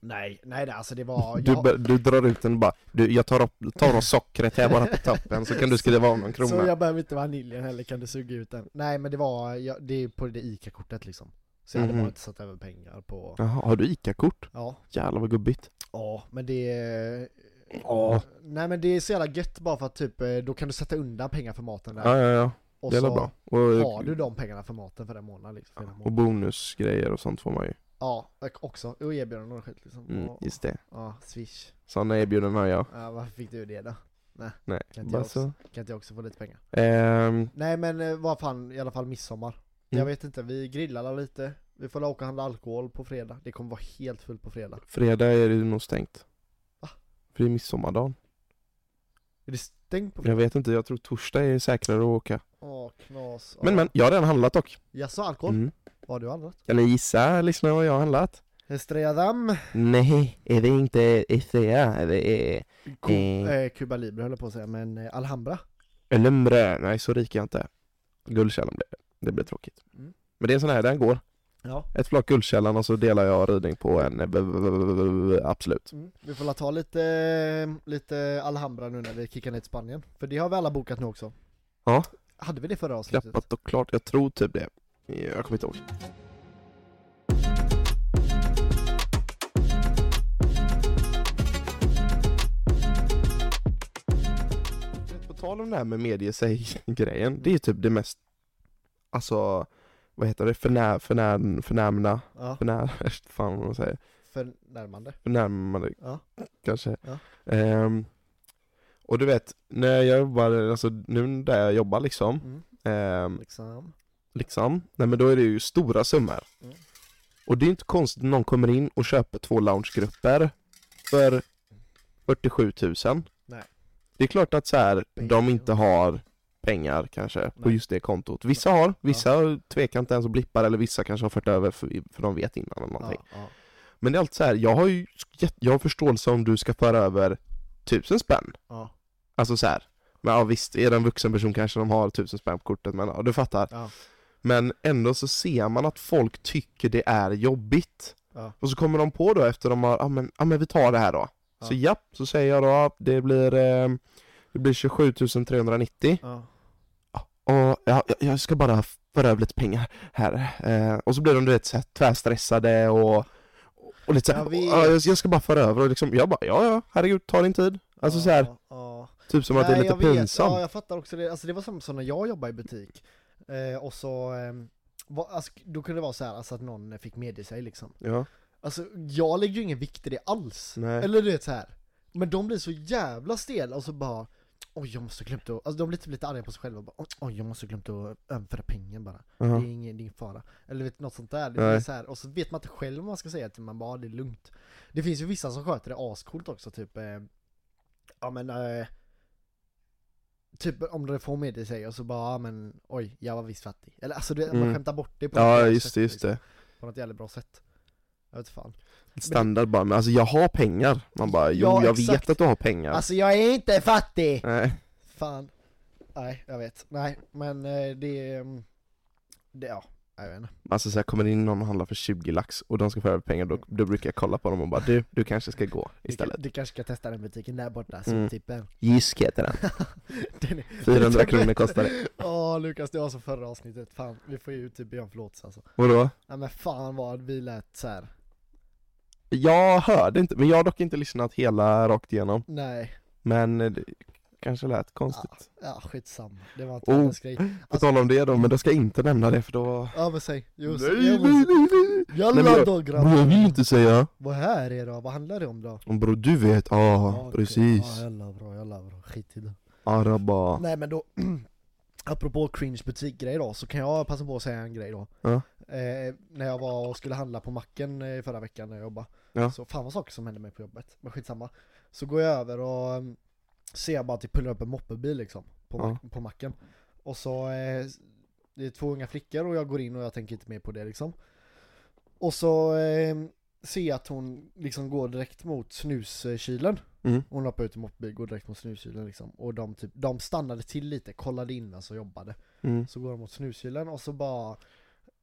Speaker 1: Nej, nej det- alltså det var...
Speaker 2: [LAUGHS] Du,
Speaker 1: Jag,
Speaker 2: bör- du drar ut den och bara, du, jag tar, upp, tar av sockret här bara på toppen så kan du skriva av någon
Speaker 1: så
Speaker 2: krona.
Speaker 1: jag behöver inte vaniljen heller, kan du suga ut den? Nej men det var, jag, det är på det ICA-kortet liksom. Så jag hade
Speaker 2: Mhm.
Speaker 1: bara inte satt över pengar på...
Speaker 2: Jaha, har du ICA-kort?
Speaker 1: Ja,
Speaker 2: Jävlar vad gubbigt.
Speaker 1: ja men det...
Speaker 2: Ja.
Speaker 1: Nej men det är så jävla gött bara för att typ, eh, då kan du sätta undan pengar för maten där.
Speaker 2: Ja, ja, ja.
Speaker 1: och
Speaker 2: Det är
Speaker 1: så
Speaker 2: väl bra.
Speaker 1: har
Speaker 2: Och,
Speaker 1: du de pengarna för maten för den månaden liksom. För den
Speaker 2: och
Speaker 1: månaden.
Speaker 2: bonusgrejer och sånt får man ju.
Speaker 1: Ja, och också. Och erbjudanden och skit liksom.
Speaker 2: Mm,
Speaker 1: Ja,
Speaker 2: just det.
Speaker 1: ja, swish.
Speaker 2: Sådana erbjudanden har jag.
Speaker 1: Ja, varför fick du det då?
Speaker 2: Nej,
Speaker 1: Kan inte
Speaker 2: bara
Speaker 1: jag också.
Speaker 2: så.
Speaker 1: Kan inte jag också få lite pengar?
Speaker 2: Ehm,
Speaker 1: Nej men eh, vad fan, i alla fall midsommar. Jag
Speaker 2: Mm.
Speaker 1: vet inte, vi grillar alla lite. Vi får la åka och handla alkohol på fredag. Det kommer vara helt fullt på fredag.
Speaker 2: fredag är det nog stängt.
Speaker 1: Va?
Speaker 2: För det är midsommardagen.
Speaker 1: Är det stängt på fredag?
Speaker 2: Jag vet inte, jag tror torsdag är säkrare att åka.
Speaker 1: Åh knas.
Speaker 2: Men men, jag har redan handlat dock.
Speaker 1: Jaså alkohol?
Speaker 2: Mm.
Speaker 1: Vad har du handlat?
Speaker 2: Kan ni gissa lyssna vad jag har handlat?
Speaker 1: Estrella Damm.
Speaker 2: Nej, är det inte Ifea? Det är...
Speaker 1: Ko-
Speaker 2: Eh.
Speaker 1: eh, Cuba Libre höll jag på att säga, men eh, Alhambra.
Speaker 2: Lumre. Nej, så rik är jag inte. Guldkällan blev det. Det blev tråkigt.
Speaker 1: Mm.
Speaker 2: Men det är en sån här, den går.
Speaker 1: Ja.
Speaker 2: Ett flak Guldkällan och så delar jag ryding på en eh, b- b- b- b- Absolut.
Speaker 1: Mm. Vi får la ta lite, eh, lite Alhambra nu när vi kickar ner till Spanien. För det har vi alla bokat nu också.
Speaker 2: Ja.
Speaker 1: Hade vi det förra avsnittet?
Speaker 2: Klappat och klart. Jag tror typ det. Jag kommer inte ihåg. På tal om det här med medie sig grejen. Det är typ det mest, alltså, vad heter det? Förnä, förnä, förnämna,
Speaker 1: Ja.
Speaker 2: förnä, [LAUGHS] fan vad man säger.
Speaker 1: Förnärmande.
Speaker 2: Förnärmande
Speaker 1: Ja.
Speaker 2: kanske.
Speaker 1: Ja.
Speaker 2: Ehm, och du vet, när jag jobbar, alltså nu där jag jobbar liksom,
Speaker 1: Mm.
Speaker 2: ehm,
Speaker 1: Liksom.
Speaker 2: liksom, nej men då är det ju stora summor.
Speaker 1: Mm.
Speaker 2: Och det är inte konstigt när någon kommer in och köper två loungegrupper för 47 000.
Speaker 1: Nej.
Speaker 2: Det är klart att så här,
Speaker 1: Pengar,
Speaker 2: de inte har pengar kanske på
Speaker 1: Nej.
Speaker 2: just det kontot. Vissa har, vissa tvekar inte ens och blippar eller vissa kanske har fört över för, för de vet innan eller någonting.
Speaker 1: Ja, ja.
Speaker 2: Men det är alltid så här, jag har ju jätte- jag har förståelse om du ska föra över tusen spänn.
Speaker 1: Ja.
Speaker 2: Alltså så här, men ja visst, är det en vuxen person kanske de har tusen spänn på kortet, men ja, du fattar.
Speaker 1: Ja.
Speaker 2: Men ändå så ser man att folk tycker det är jobbigt.
Speaker 1: Ja.
Speaker 2: Och så kommer de på då efter de har, ja ah, men, ah, men vi tar det här då. Så
Speaker 1: Ja.
Speaker 2: japp, så säger jag då, det blir, eh, det blir 27 390.
Speaker 1: Ja.
Speaker 2: Och ja, jag, jag ska bara föra över lite pengar här. Eh, och så blir de du vet så här, tvärstressade och, och lite så här,
Speaker 1: Jag
Speaker 2: "Åh,
Speaker 1: vet."
Speaker 2: ja, jag, jag ska bara föra över och liksom, jag bara ja ja, herregud, ta din tid. Alltså så här,
Speaker 1: Ja, ja.
Speaker 2: typ som att det är
Speaker 1: Nej,
Speaker 2: lite
Speaker 1: jag vet.
Speaker 2: pinsamt.
Speaker 1: Ja, jag fattar också det. Alltså det var som, som när jag jobbade i butik. Eh, och så, eh, var, alltså, då kunde det vara så här alltså, att någon fick medge sig liksom.
Speaker 2: Ja,
Speaker 1: Alltså jag lägger ju ingen vikt i det alls.
Speaker 2: nej.
Speaker 1: Eller du vet så här. Men de blir så jävla stela och så bara Oj jag måste ha glömt att, alltså de blir typ lite arga på sig själva och bara "Oj, Oj jag måste ha glömt att överföra pengen bara
Speaker 2: Aha.
Speaker 1: Det är ingen, det är ingen fara Eller vet, något sånt där, det
Speaker 2: Nej.
Speaker 1: är så här. Och så vet man inte själv vad man ska säga till man bara "Ja, det är lugnt Det finns ju vissa som sköter det ascoolt också typ eh, Ja men eh, Typ om det får med det sig och så bara "Ja, men oj jag var visst fattig Eller alltså det, man
Speaker 2: Mm.
Speaker 1: skämtar bort det på något
Speaker 2: Ja
Speaker 1: jävla
Speaker 2: just
Speaker 1: sätt,
Speaker 2: det, just
Speaker 1: liksom.
Speaker 2: det.
Speaker 1: På något jävla bra sätt Jag vet fan
Speaker 2: Standard bara, men alltså jag har pengar. Man bara, jo
Speaker 1: Ja,
Speaker 2: jag
Speaker 1: exakt.
Speaker 2: vet att du har pengar.
Speaker 1: Alltså jag är inte fattig!
Speaker 2: nej.
Speaker 1: Fan. Nej, jag vet. Nej, men eh, det... mm, det ja, jag vet inte.
Speaker 2: Alltså så här, kommer det in någon och handlar för 20 lax och de ska få över pengar, då, då brukar jag kolla på dem och bara du, du kanske ska gå istället.
Speaker 1: Du, du kanske ska testa den butiken där borta, typ
Speaker 2: Mm.
Speaker 1: soptippen.
Speaker 2: Jysk heter den.
Speaker 1: [LAUGHS] Den är-
Speaker 2: 400 kronor kostar det.
Speaker 1: Åh Lukas, det var som förra avsnittet. Fan, vi får ju typ be om förlåtelse alltså.
Speaker 2: Vadå?
Speaker 1: Nej men fan vad vi lät så här.
Speaker 2: Jag hörde inte, men jag har dock inte lyssnat hela rakt igenom.
Speaker 1: Nej, Ah,
Speaker 2: Men eh, det kanske lät konstigt.
Speaker 1: ja skitsamma. Det var inte
Speaker 2: Oh.
Speaker 1: världens grej.
Speaker 2: På tal om det då, men då ska jag inte nämna det för då...
Speaker 1: Ja men säg. Jo,
Speaker 2: nej,
Speaker 1: säg.
Speaker 2: nej,
Speaker 1: Jo, men-
Speaker 2: nej, nej! Nej, men
Speaker 1: Jalla
Speaker 2: jag-
Speaker 1: då
Speaker 2: Bror, jag vill
Speaker 1: grabbar.
Speaker 2: inte säga.
Speaker 1: Vad här är det då? Vad handlar det om då?
Speaker 2: Om Bror, du vet. Ja,
Speaker 1: okej. Ja,
Speaker 2: precis.
Speaker 1: jalla bra, jalla bra. Skit i det.
Speaker 2: Araba.
Speaker 1: Nej men då, [CLEARS THROAT] apropå cringe butikgrej då, så kan jag passa på att säga en grej då.
Speaker 2: Ja.
Speaker 1: Eh, när jag var och skulle handla på macken eh, förra veckan när jag jobbade.
Speaker 2: Ja.
Speaker 1: Så fan vad saker som hände mig på jobbet, men skitsamma. Så går jag över och mm, ser jag bara att det pullar upp en moppebil liksom, på,
Speaker 2: Ja.
Speaker 1: mack- på macken. Och så, eh, det är två unga flickor och jag går in och jag tänker inte mer på det liksom. Och så eh, se att hon liksom går direkt mot snuskylen.
Speaker 2: Mm.
Speaker 1: Hon hoppar ut i moppebil, går direkt mot snuskylen liksom. Och de, typ, de stannade till lite, kollade in vem som jobbade.
Speaker 2: Mm.
Speaker 1: Så går de mot snuskylen och så bara...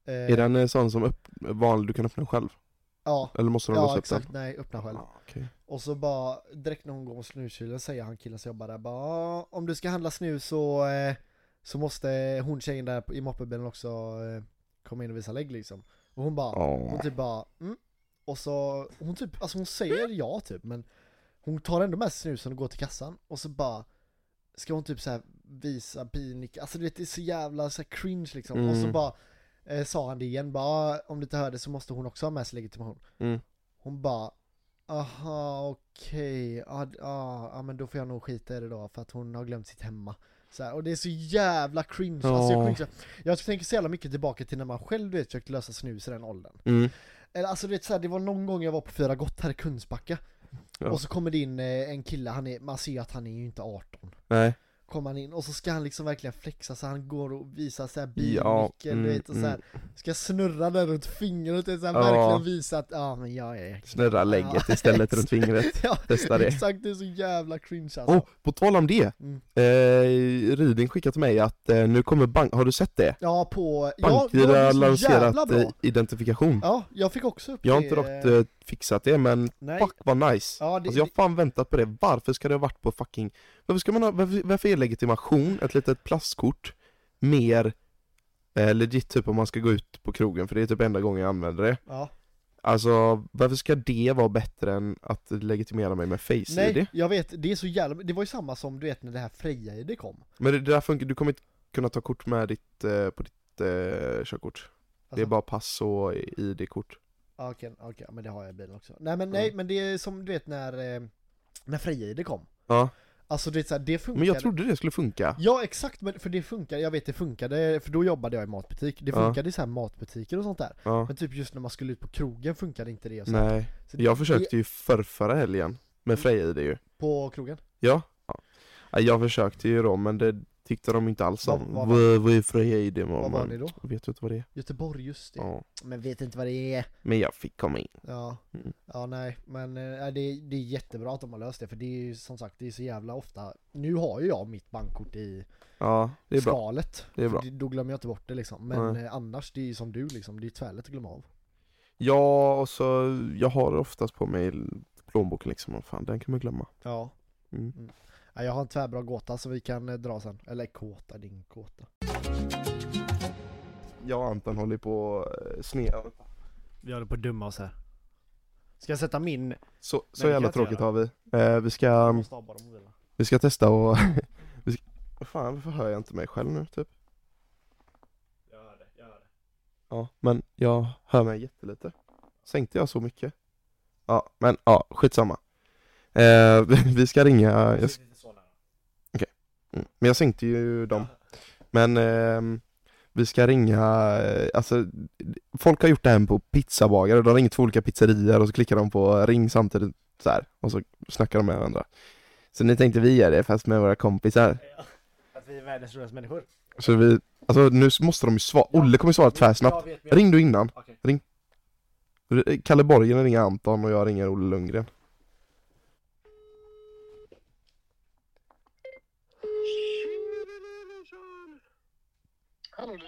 Speaker 1: eh,
Speaker 2: Är den eh, sån som upp, vanlig du kan öppna själv?
Speaker 1: Ja,
Speaker 2: Eller måste du
Speaker 1: ja
Speaker 2: låsa upp den?
Speaker 1: exakt, nej öppna själv.
Speaker 2: Ah, okej.
Speaker 1: Och så bara, direkt när hon går mot snuskylen säger han killen som jobbar där bara "Ja, om du ska handla snus så, eh, så måste hon tjejen där i moppebilen också eh, komma in och visa lägg liksom. Och hon bara, hon
Speaker 2: Ja.
Speaker 1: typ bara mm. Och så, hon typ, alltså hon säger ja typ men Hon tar ändå med sig snusen och går till kassan och så bara Ska hon typ så här visa binik, alltså du vet det är så jävla så här cringe liksom
Speaker 2: Mm.
Speaker 1: och så bara eh, Sa han det igen bara "Ah, om du inte hörde så måste hon också ha med sig legitimation
Speaker 2: Mm.
Speaker 1: Hon bara Aha okej, ja d- ja, ja, men då får jag nog skita i det då för att hon har glömt sitt hemma så här, och det är så jävla cringe, alltså jag,
Speaker 2: Ja.
Speaker 1: cringe. jag tänker så jävla mycket tillbaka till när man själv du vet försökte lösa snus i den åldern
Speaker 2: Mm.
Speaker 1: eller alltså du vet såhär, det var någon gång jag var på Fyra Gott här i Kungsbacka
Speaker 2: Ja.
Speaker 1: Och så kommer det in eh, en kille, han är, man ser ju att han är ju inte 18
Speaker 2: Nej.
Speaker 1: Kommer han in och så ska han liksom verkligen flexa så han går och visar såhär
Speaker 2: Ja.
Speaker 1: bilnyckeln du vet och
Speaker 2: mm,
Speaker 1: såhär Ska snurra den runt fingret och såhär
Speaker 2: Ja.
Speaker 1: verkligen visa att ja men jag är
Speaker 2: Snurra lägget istället runt
Speaker 1: [LAUGHS]
Speaker 2: fingret.
Speaker 1: Ja
Speaker 2: Testa det.
Speaker 1: exakt, det är så jävla cringe alltså
Speaker 2: Åh, oh, på tal om det!
Speaker 1: Mm.
Speaker 2: Eh, Ryding skickade till mig att eh, nu kommer bank... Har du sett det?
Speaker 1: Ja på, ja det
Speaker 2: BankID har
Speaker 1: var ju så jävla
Speaker 2: lanserat
Speaker 1: bra
Speaker 2: eh, identifikation.
Speaker 1: Ja, jag fick också upp
Speaker 2: Jag har
Speaker 1: det
Speaker 2: inte dock
Speaker 1: eh,
Speaker 2: eh, fixat det, men
Speaker 1: Nej,
Speaker 2: fuck vad nice!
Speaker 1: ja det,
Speaker 2: Alltså jag har fan väntat på det, varför ska det ha varit på fucking... Varför ska man ha, varför, varför är legitimation, ett litet plastkort, mer eh, legit typ om man ska gå ut på krogen, för det är typ enda gången jag använder det.
Speaker 1: ja.
Speaker 2: Alltså varför ska det vara bättre än att legitimera mig med face-id?
Speaker 1: Nej, jag vet, det är så jävla, det var ju samma som du vet när det här Freja-id kom
Speaker 2: Men det, det där funkar, du kommer inte kunna ta kort med ditt, eh, på ditt eh, körkort. Det är
Speaker 1: Alltså-
Speaker 2: bara pass och ID-kort.
Speaker 1: Ja, Okej, okej, ja, men det har jag i bilen också Nej men nej,
Speaker 2: Mm.
Speaker 1: men det är som du vet när, eh, när Freja-id kom
Speaker 2: Ja,
Speaker 1: Alltså det är så här, det funkar
Speaker 2: men jag trodde det skulle funka.
Speaker 1: Ja exakt, men för det funkar, jag vet det funkade, för då jobbade jag i matbutik Det
Speaker 2: Ja.
Speaker 1: funkade i så här matbutiker och sånt där
Speaker 2: Ja.
Speaker 1: Men typ just när man skulle ut på krogen funkade inte det och så.
Speaker 2: Nej,
Speaker 1: så det-
Speaker 2: jag försökte ju förr, förra helgen med Freja-id ju.
Speaker 1: På krogen?
Speaker 2: Ja. ja. Jag försökte ju då, men det tyckte de inte alls om.
Speaker 1: Vad- vad
Speaker 2: Vad
Speaker 1: var-
Speaker 2: var Freja i det
Speaker 1: Var
Speaker 2: man?
Speaker 1: var ni då?
Speaker 2: Vet du inte vad det är?
Speaker 1: Göteborg, just det
Speaker 2: Ja.
Speaker 1: Men vet inte vad det är
Speaker 2: Men jag fick komma in.
Speaker 1: Ja,
Speaker 2: Mm.
Speaker 1: ja nej, men eh, det, är- det är jättebra att de har löst det för det är ju som sagt, det är så jävla ofta Nu har ju jag mitt bankkort i
Speaker 2: Ja, det är bra.
Speaker 1: skalet.
Speaker 2: Det är
Speaker 1: För
Speaker 2: bra.
Speaker 1: Då glömmer jag inte bort det liksom. Men
Speaker 2: Nej.
Speaker 1: eh, annars, det är ju som du liksom, det är ju tvärlätt att glömma av.
Speaker 2: Ja, och så, jag har oftast på mig plånboken liksom, och fan den kan man glömma.
Speaker 1: Ja.
Speaker 2: Mm.
Speaker 1: Ja, Jag har en tvärbra gåta så vi kan eh, dra sen. Eller kåta, din kåta.
Speaker 2: Jag och Anton håller på eh, att snea.
Speaker 1: Vi håller på att dumma oss här. Ska jag sätta min?
Speaker 2: Så, så
Speaker 1: Nej, det kan jag
Speaker 2: jävla
Speaker 1: inte
Speaker 2: tråkigt
Speaker 1: göra.
Speaker 2: har vi. Eh, vi ska, vi ska testa och... [LAUGHS] vi ska, vad fan, varför hör jag inte mig själv nu typ? Ja, men jag hör mig jättelite. Sänkte jag så mycket? Ja, men ja, skitsamma. Eh, [LAUGHS] vi ska ringa... Jag, s- mm, men jag sänkte ju dem. Men ehm, vi ska ringa, eh, alltså folk har gjort det här på pizzabagare, de har ringt två olika pizzerior och så klickar de på ring samtidigt så här och så snackar de med varandra. Så nu tänkte vi göra det fast med våra kompisar.
Speaker 1: Att vi är världens roligaste människor.
Speaker 2: Så vi, alltså nu måste de ju svara, Olle kommer ju svara tvärsnabbt. Ring du innan.
Speaker 1: Okej.
Speaker 2: Ring. Kalle Borgen ringer Anton och jag ringer Olle Lundgren.
Speaker 3: Hallå du.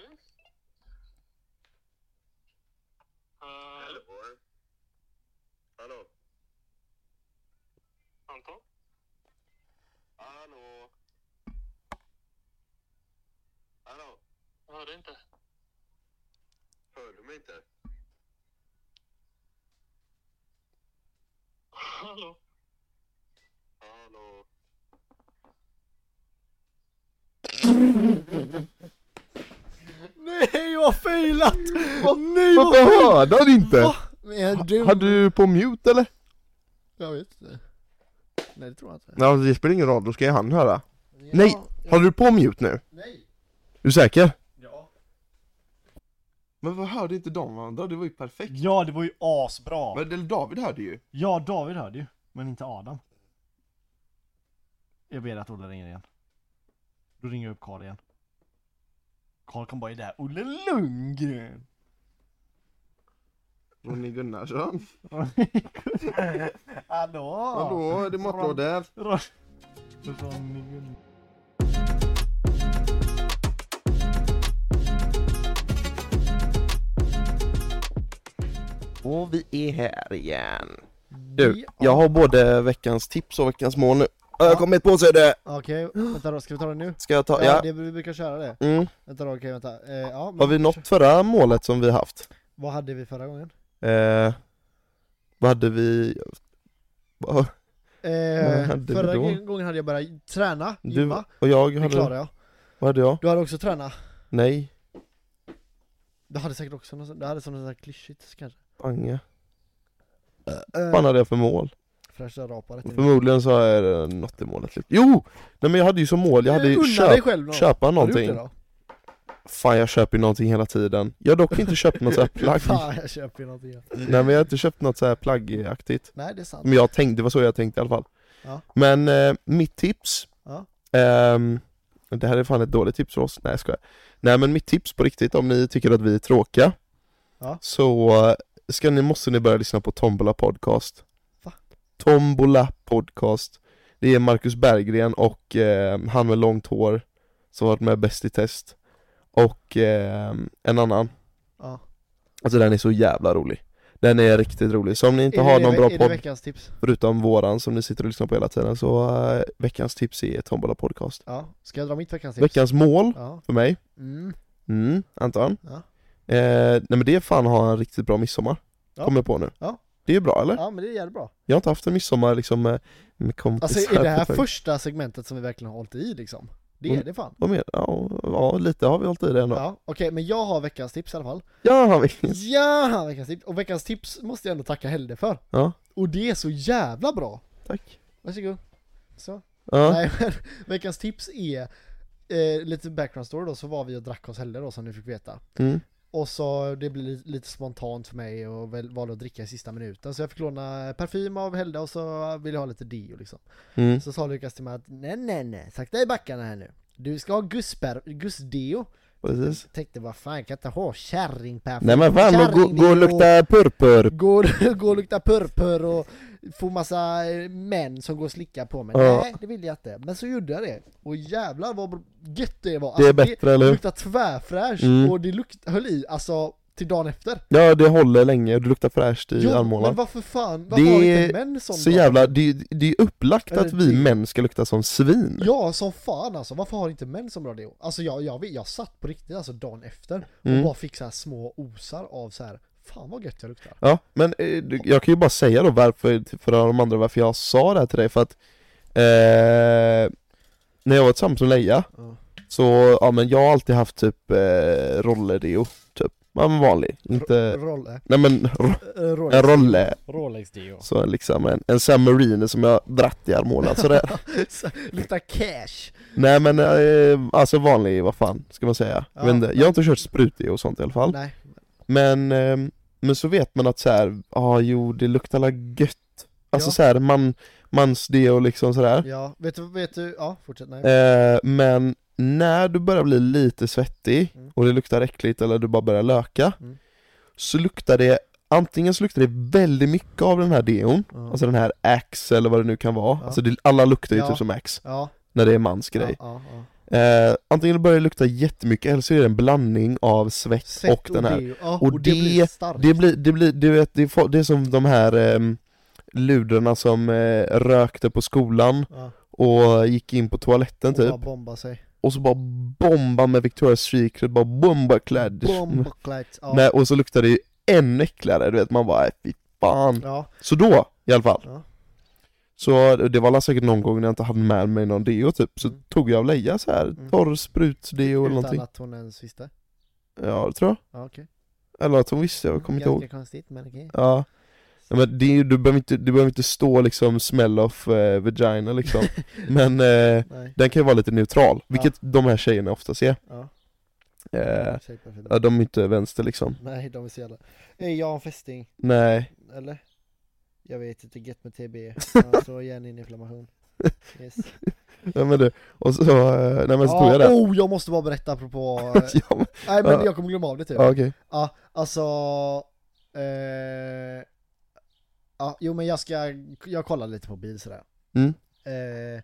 Speaker 3: Eh, Hallå.
Speaker 4: Hallå?
Speaker 3: Anton?
Speaker 4: Hallå? Hallå?
Speaker 3: Jag hörde inte.
Speaker 4: Hör du mig inte?
Speaker 3: Hallå?
Speaker 4: Hallå?
Speaker 1: Nej, jag har failat! Nej, jag
Speaker 2: Varför hörde han inte?
Speaker 1: Va? Men du...
Speaker 2: Hade du på mute eller?
Speaker 1: Jag vet inte. Nej, det tror jag inte.
Speaker 2: Ja, det spelar ingen roll, då ska ju han höra.
Speaker 1: Ja,
Speaker 2: Nej!
Speaker 1: ja,
Speaker 2: Har du på mute nu?
Speaker 1: Nej!
Speaker 2: Är du säker?
Speaker 1: Ja.
Speaker 2: Men vad hörde inte de varandra? Det var ju perfekt.
Speaker 5: Ja, det var ju asbra!
Speaker 2: Men David hörde ju.
Speaker 5: Ja, David hörde ju, men inte Adam. Jag ber att Olle ringer igen. Då ringer jag upp Karl igen.
Speaker 1: [LAUGHS]
Speaker 5: Karl kan bara är där. Olle Lundgren!
Speaker 2: Ronny Gunnarsson.
Speaker 5: Hallå!
Speaker 2: Hallå, det är matlådor.
Speaker 5: Ronny
Speaker 2: Och vi är här igen. Du, jag har både veckans tips och veckans mål nu. Ja, Jag
Speaker 1: Ja.
Speaker 2: kommer inte på sig det.
Speaker 1: Okej, vänta då, ska vi ta det nu?
Speaker 2: Ska jag ta,
Speaker 1: ja.
Speaker 2: ja.
Speaker 1: det, vi brukar köra det.
Speaker 2: Mm.
Speaker 1: Vänta då, okej vänta. Eh, ja, men-
Speaker 2: Har vi nått förra målet som vi haft?
Speaker 1: Vad hade vi förra gången?
Speaker 2: Eh, vad hade vi? Vad- Vad hade vi
Speaker 1: Eh, förra
Speaker 2: då?
Speaker 1: gången hade jag börjat träna,
Speaker 2: Du
Speaker 1: gymma.
Speaker 2: och jag
Speaker 1: Det klarade
Speaker 2: hade,
Speaker 1: jag.
Speaker 2: vad hade jag?
Speaker 1: Du hade också träna.
Speaker 2: Nej,
Speaker 1: Du hade säkert också något sånt, du hade sånt där klyschigt kanske.
Speaker 2: Ange. Vad fan Mm,
Speaker 1: Eh,
Speaker 2: hade jag för mål?
Speaker 1: fräscha typ. rapar rätt in.
Speaker 2: Förmodligen så är det något i målet. liksom. Jo! Nej men jag hade ju som mål, jag hade ju
Speaker 1: Unna Eh, dig
Speaker 2: köp,
Speaker 1: själv något.
Speaker 2: köpa
Speaker 1: Har du
Speaker 2: någonting.
Speaker 1: gjort det då?
Speaker 2: Fan jag köper ju någonting hela tiden. Jag har dock inte
Speaker 1: [LAUGHS]
Speaker 2: köpt något så här plagg.
Speaker 1: Fan, jag köper ju någonting. ja.
Speaker 2: Nej men jag har inte köpt något så här plaggaktigt.
Speaker 1: Nej, det är sant.
Speaker 2: Men jag tänkte, det var så jag tänkte i alla fall.
Speaker 1: Ja.
Speaker 2: Men eh, mitt tips.
Speaker 1: Ja.
Speaker 2: ehm, det här är fan ett dåligt tips för oss. Nej jag skojar. Nej men mitt tips på riktigt om ni tycker att vi är tråkiga.
Speaker 1: Ja.
Speaker 2: Så eh, ska ni, måste ni börja lyssna på Tombola Podcast.
Speaker 1: Va?
Speaker 2: Tombola Podcast. Det är Marcus Berggren och eh, han med långt hår som varit med Bäst i test. Och eh, en annan.
Speaker 1: Ja.
Speaker 2: Alltså den är så jävla rolig. Den är riktigt rolig. Så om ni inte
Speaker 1: Är
Speaker 2: har
Speaker 1: det-
Speaker 2: någon bra
Speaker 1: Är det
Speaker 2: podd
Speaker 1: veckans tips?
Speaker 2: förutom våran som ni sitter och lyssnar på hela tiden så eh, veckans tips är Tombola Podcast.
Speaker 1: Ja. Ska jag dra mitt veckans tips?
Speaker 2: Veckans mål
Speaker 1: Ja.
Speaker 2: för mig,
Speaker 1: Mm.
Speaker 2: mm, Anton.
Speaker 1: Ja.
Speaker 2: Eh, nej men det är fan att ha en riktigt bra midsommar.
Speaker 1: Ja.
Speaker 2: Kommer jag på nu.
Speaker 1: Ja.
Speaker 2: Det är ju bra eller?
Speaker 1: ja, men det är jävligt bra.
Speaker 2: Jag har inte haft en midsommar liksom med, med kompisar.
Speaker 1: Alltså är det här
Speaker 2: på ett tag.
Speaker 1: första segmentet som vi verkligen har hållit i liksom? Det är
Speaker 2: Mm.
Speaker 1: det fan.
Speaker 2: Vad mer? Ja, ja, lite har vi hållit i det ändå. Ja,
Speaker 1: Ja, okej, men jag har veckans tips i alla fall.
Speaker 2: har vi. [LAUGHS]
Speaker 1: Ja, veckans tips! Och veckans tips måste jag ändå tacka Helde för.
Speaker 2: Ja,
Speaker 1: Och det är så jävla bra!
Speaker 2: tack.
Speaker 1: Varsågod. Så.
Speaker 2: Ja,
Speaker 1: Nej, men [LAUGHS] veckans tips är eh, lite background story då, så var vi och drack hos Helle då som ni fick veta.
Speaker 2: mm,
Speaker 1: Och så det blev li- lite spontant för mig och väl, valde att dricka i sista minuten. Så jag fick låna parfym av Helle och så ville jag ha lite deo liksom.
Speaker 2: mm,
Speaker 1: Så sa Lukas till mig att nej nej nej, sakta i backarna här nu. Du ska ha gussper, gussdeo.
Speaker 2: precis.
Speaker 1: Tänkte vad fan, jag kan inte ha kärringparfym.
Speaker 2: Nej men fan, gå, gå och
Speaker 1: Kärringdeo.
Speaker 2: lukta purpur.
Speaker 1: Gå, [LAUGHS] gå och lukta purpur och få massa eh, män som går och slickar på mig.
Speaker 2: Ja.
Speaker 1: Nej, det vill jag inte. Men så gjorde jag det. Och jävlar vad br- gött det var. Alltså,
Speaker 2: Det är bättre eller
Speaker 1: Det
Speaker 2: hur?
Speaker 1: luktade tvärfräsch
Speaker 2: Mm.
Speaker 1: och det lukt, höll i alltså till dagen efter.
Speaker 2: Ja det håller länge, det luktar fräscht i
Speaker 1: men
Speaker 2: armhålan.
Speaker 1: varför fan, varför
Speaker 2: Det
Speaker 1: har
Speaker 2: är
Speaker 1: inte män sån
Speaker 2: Så
Speaker 1: då?
Speaker 2: jävla, det, det är upplagt
Speaker 1: Eller
Speaker 2: att vi
Speaker 1: det-
Speaker 2: män ska lukta som svin.
Speaker 1: Ja, som fan alltså. Varför har inte män som bra deo? Alltså jag, jag, vet- jag satt på riktigt alltså dagen efter och
Speaker 2: Mm.
Speaker 1: bara fick så här små osar av så här. fan vad gött jag luktar.
Speaker 2: Ja, men eh, du- jag kan ju bara säga då varför, för de andra varför jag sa det här till dig, för att eh, När jag var tillsammans med Leia,
Speaker 1: Ja.
Speaker 2: så, ja men jag har alltid haft typ eh, rollerdeo, typ, ja men vanlig, inte,
Speaker 1: Rolle. Eh,
Speaker 2: nej men ro- en
Speaker 1: Rolle.
Speaker 2: rolle,
Speaker 1: Rolex-deo.
Speaker 2: så liksom en, en San Marino som jag dratt
Speaker 1: [LAUGHS]
Speaker 2: i armhålan sådär
Speaker 1: Luktar cash.
Speaker 2: Nej men eh, alltså vanlig, vad fan ska man säga? Jag
Speaker 1: Ja,
Speaker 2: vet inte, jag har inte kört sprutdeo och sånt i alla fall
Speaker 1: Nej.
Speaker 2: Men, ehm, men så vet man att så här, ja ah, jo det luktar la gött Alltså
Speaker 1: Ja.
Speaker 2: så här, man, mansdeo liksom sådär
Speaker 1: Ja, vet du, vet du, ja fortsätt, nej.
Speaker 2: eh, Men när du börjar bli lite svettig
Speaker 1: Mm.
Speaker 2: och det luktar äckligt eller du bara börjar löka
Speaker 1: Mm.
Speaker 2: Så luktar det, antingen så luktar det väldigt mycket av den här deon
Speaker 1: Ja.
Speaker 2: Alltså den här Axe eller vad det nu kan vara,
Speaker 1: Ja.
Speaker 2: alltså det, alla luktar ju
Speaker 1: Ja.
Speaker 2: typ som Axe
Speaker 1: ja,
Speaker 2: när det är mans
Speaker 1: ja,
Speaker 2: grej
Speaker 1: ja, ja.
Speaker 2: eh, Antingen börjar det lukta jättemycket eller så är det en blandning av svett,
Speaker 1: Svett
Speaker 2: och den här
Speaker 1: deo. Ja,
Speaker 2: och
Speaker 1: och, det,
Speaker 2: det-
Speaker 1: blir starkt.
Speaker 2: Det blir, det blir, du vet, det är, fo- det är som de här ehm, luderna som eh, rökte på skolan
Speaker 1: ja,
Speaker 2: och gick in på toaletten
Speaker 1: och bara
Speaker 2: typ
Speaker 1: bomba sig.
Speaker 2: och så bara bomba med Victoria's Secret, bara bomba klädd
Speaker 1: Bomb
Speaker 2: [LAUGHS]
Speaker 1: och lights, ja.
Speaker 2: Nej, och så luktar det ju ännu äckligare, du vet man bara "Äh, fy fan
Speaker 1: ja.
Speaker 2: Så då, i alla fall
Speaker 1: Ja.
Speaker 2: Så det var väl säkert någon gång när jag inte hade med mig någon deo typ, så
Speaker 1: Mm.
Speaker 2: tog jag av Leia så här
Speaker 1: Mm.
Speaker 2: torr sprutdeo eller
Speaker 1: Utan
Speaker 2: någonting
Speaker 1: att hon ens visste.
Speaker 2: Ja, det tror jag,
Speaker 1: Ja, okej. Mm,
Speaker 2: eller att hon visste, jag kommer inte
Speaker 1: Ganska
Speaker 2: ihåg
Speaker 1: konstigt, men okej.
Speaker 2: Ja Nej, men det är, ju- du, behöver inte, du behöver inte stå liksom 'smell of eh, vagina' [LAUGHS] liksom Men eh,
Speaker 1: [LAUGHS] Nej,
Speaker 2: den kan ju vara lite neutral, vilket de här tjejerna oftast är
Speaker 1: ja.
Speaker 2: eh,
Speaker 1: Tjejparfym.
Speaker 2: ja, De är inte vänster liksom
Speaker 1: Nej, de är så jävla... Är jag en fästing?
Speaker 2: Nej,
Speaker 1: Eller? Jag vet inte, get med TB.
Speaker 2: [LAUGHS]
Speaker 1: Ja, så igen in inflammation. Yes.
Speaker 2: nej men du, och så, eh, nej [LAUGHS] men så tog
Speaker 1: Ja,
Speaker 2: jag det
Speaker 1: Oh, jag måste bara berätta apropå... eh,
Speaker 2: [LAUGHS] ja, men,
Speaker 1: Nej men
Speaker 2: Ja.
Speaker 1: jag kommer glömma av det typ.
Speaker 2: ja, okej,
Speaker 1: Alltså, Eh, ja, jo men jag ska, jag kollar lite på bil sådär.
Speaker 2: Mm.
Speaker 1: Eh,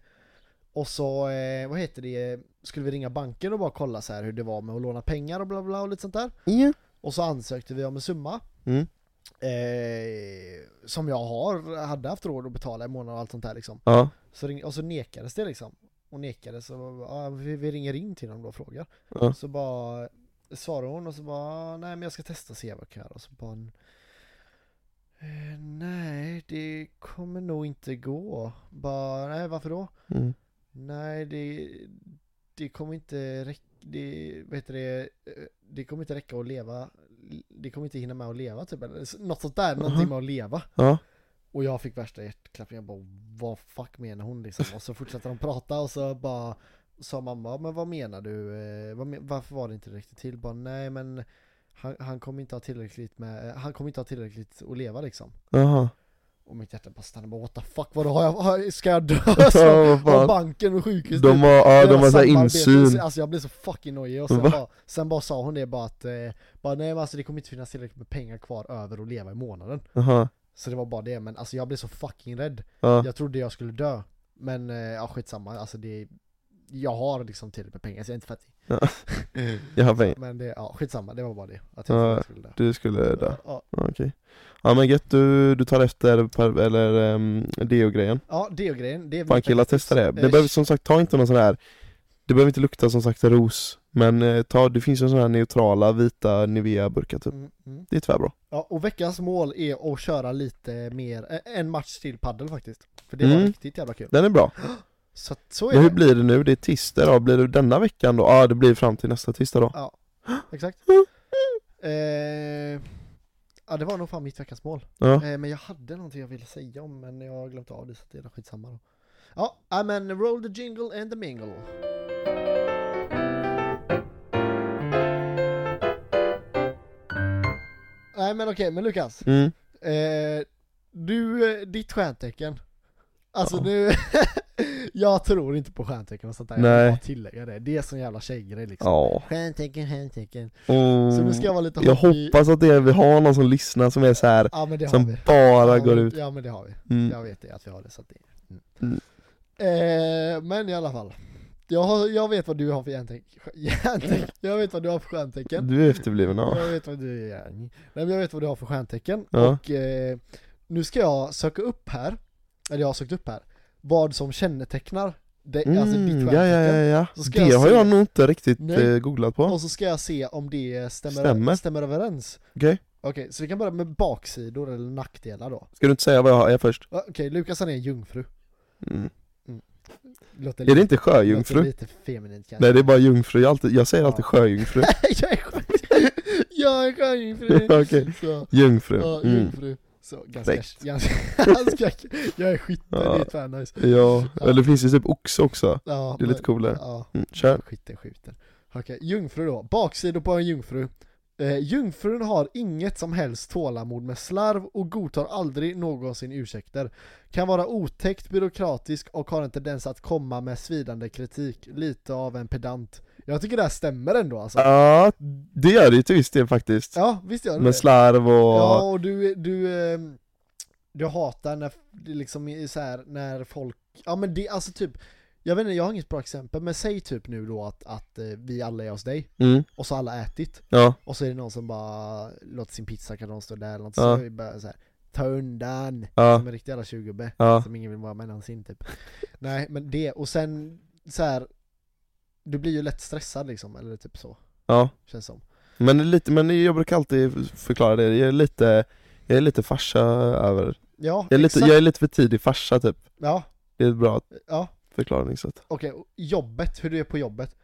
Speaker 1: och så, eh, vad heter det, skulle vi ringa banken och bara kolla så här hur det var med att låna pengar och bla bla och lite sånt där.
Speaker 2: Ja.
Speaker 1: Och så ansökte vi om en summa.
Speaker 2: Mm.
Speaker 1: Eh, som jag har, hade haft råd att betala i månaden och allt sånt där liksom.
Speaker 2: Ja.
Speaker 1: Så ring, och så nekades det liksom. Och nekades så ja, vi, vi ringer in till dem då och frågar.
Speaker 2: Ja.
Speaker 1: Så bara svarar hon och så bara "Ah, nej men jag ska testa och se vad jag kan göra. Och så bara eh, nej det kommer nog inte gå. Bara nej varför då?
Speaker 2: Mm.
Speaker 1: Nej det, det kommer inte räcka. Det, vad heter det, eh, det kommer inte räcka att leva, det kommer inte hinna med att leva typ, eller s- något sånt där, någonting med att leva.
Speaker 2: Ja.
Speaker 1: Och jag fick värsta hjärtklappningen, jag bara vad fuck menar hon liksom? Och så fortsatte de prata och så bara sa mamma, men vad menar du? Eh, vad men- Varför var det inte riktigt till? Bara nej men han, han kommer inte ha tillräckligt med, eh, han kommer inte ha tillräckligt att leva liksom.
Speaker 2: Jaha.
Speaker 1: Och mitt hjärta bara stannade, bara what the fuck, vadå har jag, har- ska jag dö? [LAUGHS] Så,
Speaker 2: [LAUGHS] Ja, vad
Speaker 1: och
Speaker 2: fan.
Speaker 1: banken och sjukhus
Speaker 2: De har, ja, de
Speaker 1: deras
Speaker 2: har så här
Speaker 1: samarbete.
Speaker 2: insyn.
Speaker 1: Alltså jag blev så fucking nojig och sen,
Speaker 2: Va?
Speaker 1: bara, sen bara sa hon det bara att eh, bara, nej men alltså det kommer inte finnas tillräckligt med pengar kvar över att leva i månaden.
Speaker 2: Jaha.
Speaker 1: Så det var bara det, men alltså jag blev så fucking rädd.
Speaker 2: Ja.
Speaker 1: Jag trodde jag skulle dö. Men eh, ja skitsamma, alltså det jag har liksom tillräckligt med pengar så jag är inte fattig.
Speaker 2: Jag har pengar.
Speaker 1: Men det, ja skitsamma, det var bara det. Att jag trodde
Speaker 2: Ja,
Speaker 1: jag skulle dö.
Speaker 2: Du skulle dö.
Speaker 1: Ja,
Speaker 2: Ja, Okej. Ja men gött, du, du tar efter per, eller um, deo-grejen.
Speaker 1: ja det är grejen. Det är
Speaker 2: Fan
Speaker 1: mitt
Speaker 2: killar,
Speaker 1: bästa tips.
Speaker 2: testa det.
Speaker 1: Eh,
Speaker 2: Det behöver som sagt, ta inte någon sån här Det behöver inte lukta som sagt ros. Men eh, ta, det finns ju sådana här neutrala vita Nivea-burkar typ.
Speaker 1: mm, mm.
Speaker 2: Det är tvärbra.
Speaker 1: Ja, och veckans mål är att köra lite mer, eh, en match till paddel faktiskt. För det var
Speaker 2: Mm.
Speaker 1: riktigt jävla kul.
Speaker 2: Den är bra.
Speaker 1: Så, att så är
Speaker 2: Men hur
Speaker 1: det.
Speaker 2: blir det nu? Det är tisdag då. Blir det denna veckan då? Ja ah, det blir fram till nästa tisdag då.
Speaker 1: Ja, exakt. Eh, ja, det var nog fan mitt veckans mål.
Speaker 2: Ja.
Speaker 1: Eh, men jag hade någonting jag ville säga om, men jag har glömt av det, så det är nog skitsamma då. Ja, ja, men roll the jingle and the mingle. Nej men okej, men Lukas.
Speaker 2: Mm.
Speaker 1: Eh, du, eh, ditt stjärntecken. Alltså
Speaker 2: Ja.
Speaker 1: nu, [LAUGHS] jag tror inte på stjärntecken och sånt där. Jag
Speaker 2: Nej.
Speaker 1: vill bara tillägga det. Det är sån jävla tjejgrej liksom.
Speaker 2: Ja.
Speaker 1: Stjärntecken, stjärntecken.
Speaker 2: Mm.
Speaker 1: Så nu ska jag vara lite
Speaker 2: Jag
Speaker 1: hopp i-
Speaker 2: hoppas att det är, vi har någon som lyssnar som är så här
Speaker 1: Ja men det har
Speaker 2: som
Speaker 1: vi. ja,
Speaker 2: bara går
Speaker 1: men-
Speaker 2: ut.
Speaker 1: Ja men det har vi.
Speaker 2: Mm.
Speaker 1: Jag vet det, att vi har det så att det... Mm.
Speaker 2: Mm.
Speaker 1: Eh, men i alla fall. Jag, har, jag vet vad du har för [LAUGHS] järntecken. järntecken. Jag vet vad du har för stjärntecken.
Speaker 2: Du är efterbliven ja.
Speaker 1: Jag vet vad du är järn. Nej men jag vet vad du har för stjärntecken.
Speaker 2: Ja.
Speaker 1: Och eh, nu ska jag söka upp här, eller jag har sökt upp här, vad som kännetecknar dig, alltså ditt
Speaker 2: Mm, ja,
Speaker 1: stjärntecken.
Speaker 2: ja, ja, ja.
Speaker 1: Så ska
Speaker 2: Det
Speaker 1: jag
Speaker 2: har
Speaker 1: se-
Speaker 2: jag nog inte riktigt
Speaker 1: Nej.
Speaker 2: eh, googlat på.
Speaker 1: Och så ska jag se om det stämmer,
Speaker 2: Stämmer.
Speaker 1: stämmer. överens.
Speaker 2: Okej.
Speaker 1: Okej, så vi kan börja med baksidor eller nackdelar då.
Speaker 2: Ska du inte säga vad jag är först?
Speaker 1: Okej, Lukas han är en jungfru.
Speaker 2: Mm.
Speaker 1: Låter
Speaker 2: Är det
Speaker 1: lite-
Speaker 2: inte
Speaker 1: låter
Speaker 2: sjöjungfru?
Speaker 1: lite feminint kanske.
Speaker 2: Nej det är bara jungfru, jag, alltid, jag säger alltid sjöjungfru.
Speaker 1: [LAUGHS] jag är sjöjungfru. jag är
Speaker 2: [LAUGHS]
Speaker 1: sjöjungfru.
Speaker 2: Okej.
Speaker 1: Så, ja,
Speaker 2: Jungfru. Mm.
Speaker 1: jungfru. Så, ganska,
Speaker 2: Fräckt.
Speaker 1: ganska, ganska, [LAUGHS] jag är skytte,
Speaker 2: Ja.
Speaker 1: det är tvärnice.
Speaker 2: Ja, eller det finns ju typ oxe också.
Speaker 1: Ja,
Speaker 2: Det är lite coolare.
Speaker 1: Ja,
Speaker 2: Mm, kör.
Speaker 1: skytte skjuter. Okej, jungfru då. Baksidor på en jungfru. Eh, jungfrun har inget som helst tålamod med slarv och godtar aldrig någonsin ursäkter. Kan vara otäckt byråkratisk och har en tendens att komma med svidande kritik. Lite av en pedant. Jag tycker det här stämmer ändå alltså.
Speaker 2: Ja, det gör det ju till viss del faktiskt.
Speaker 1: Ja, visst gör det
Speaker 2: Med
Speaker 1: det.
Speaker 2: slarv och...
Speaker 1: Ja, och du, du, ehm, du hatar när det liksom är så här, när folk, ja men det, alltså typ, jag vet inte, jag har inget bra exempel, men säg typ nu då att, att eh, vi alla är hos dig,
Speaker 2: Mm,
Speaker 1: och så har alla ätit,
Speaker 2: ja,
Speaker 1: och så är det någon som bara låter sin pizza kanske stå där eller något,
Speaker 2: Ja.
Speaker 1: så vi bara så här, ta undan,
Speaker 2: ja,
Speaker 1: som en riktig jävla tjugubbe,
Speaker 2: ja.
Speaker 1: som ingen vill vara med någonsin typ. Nej, men det, och sen så här, du blir ju lätt stressad liksom, eller typ så,
Speaker 2: ja.
Speaker 1: känns som.
Speaker 2: Men, lite, men jag brukar alltid förklara det, jag är lite, jag är lite farsa över...
Speaker 1: Ja,
Speaker 2: Jag är lite,
Speaker 1: exakt.
Speaker 2: jag är lite för tidig farsa typ.
Speaker 1: ja,
Speaker 2: Det är ett bra
Speaker 1: ja.
Speaker 2: förklaringssätt.
Speaker 1: Okej, och jobbet, hur du är på jobbet.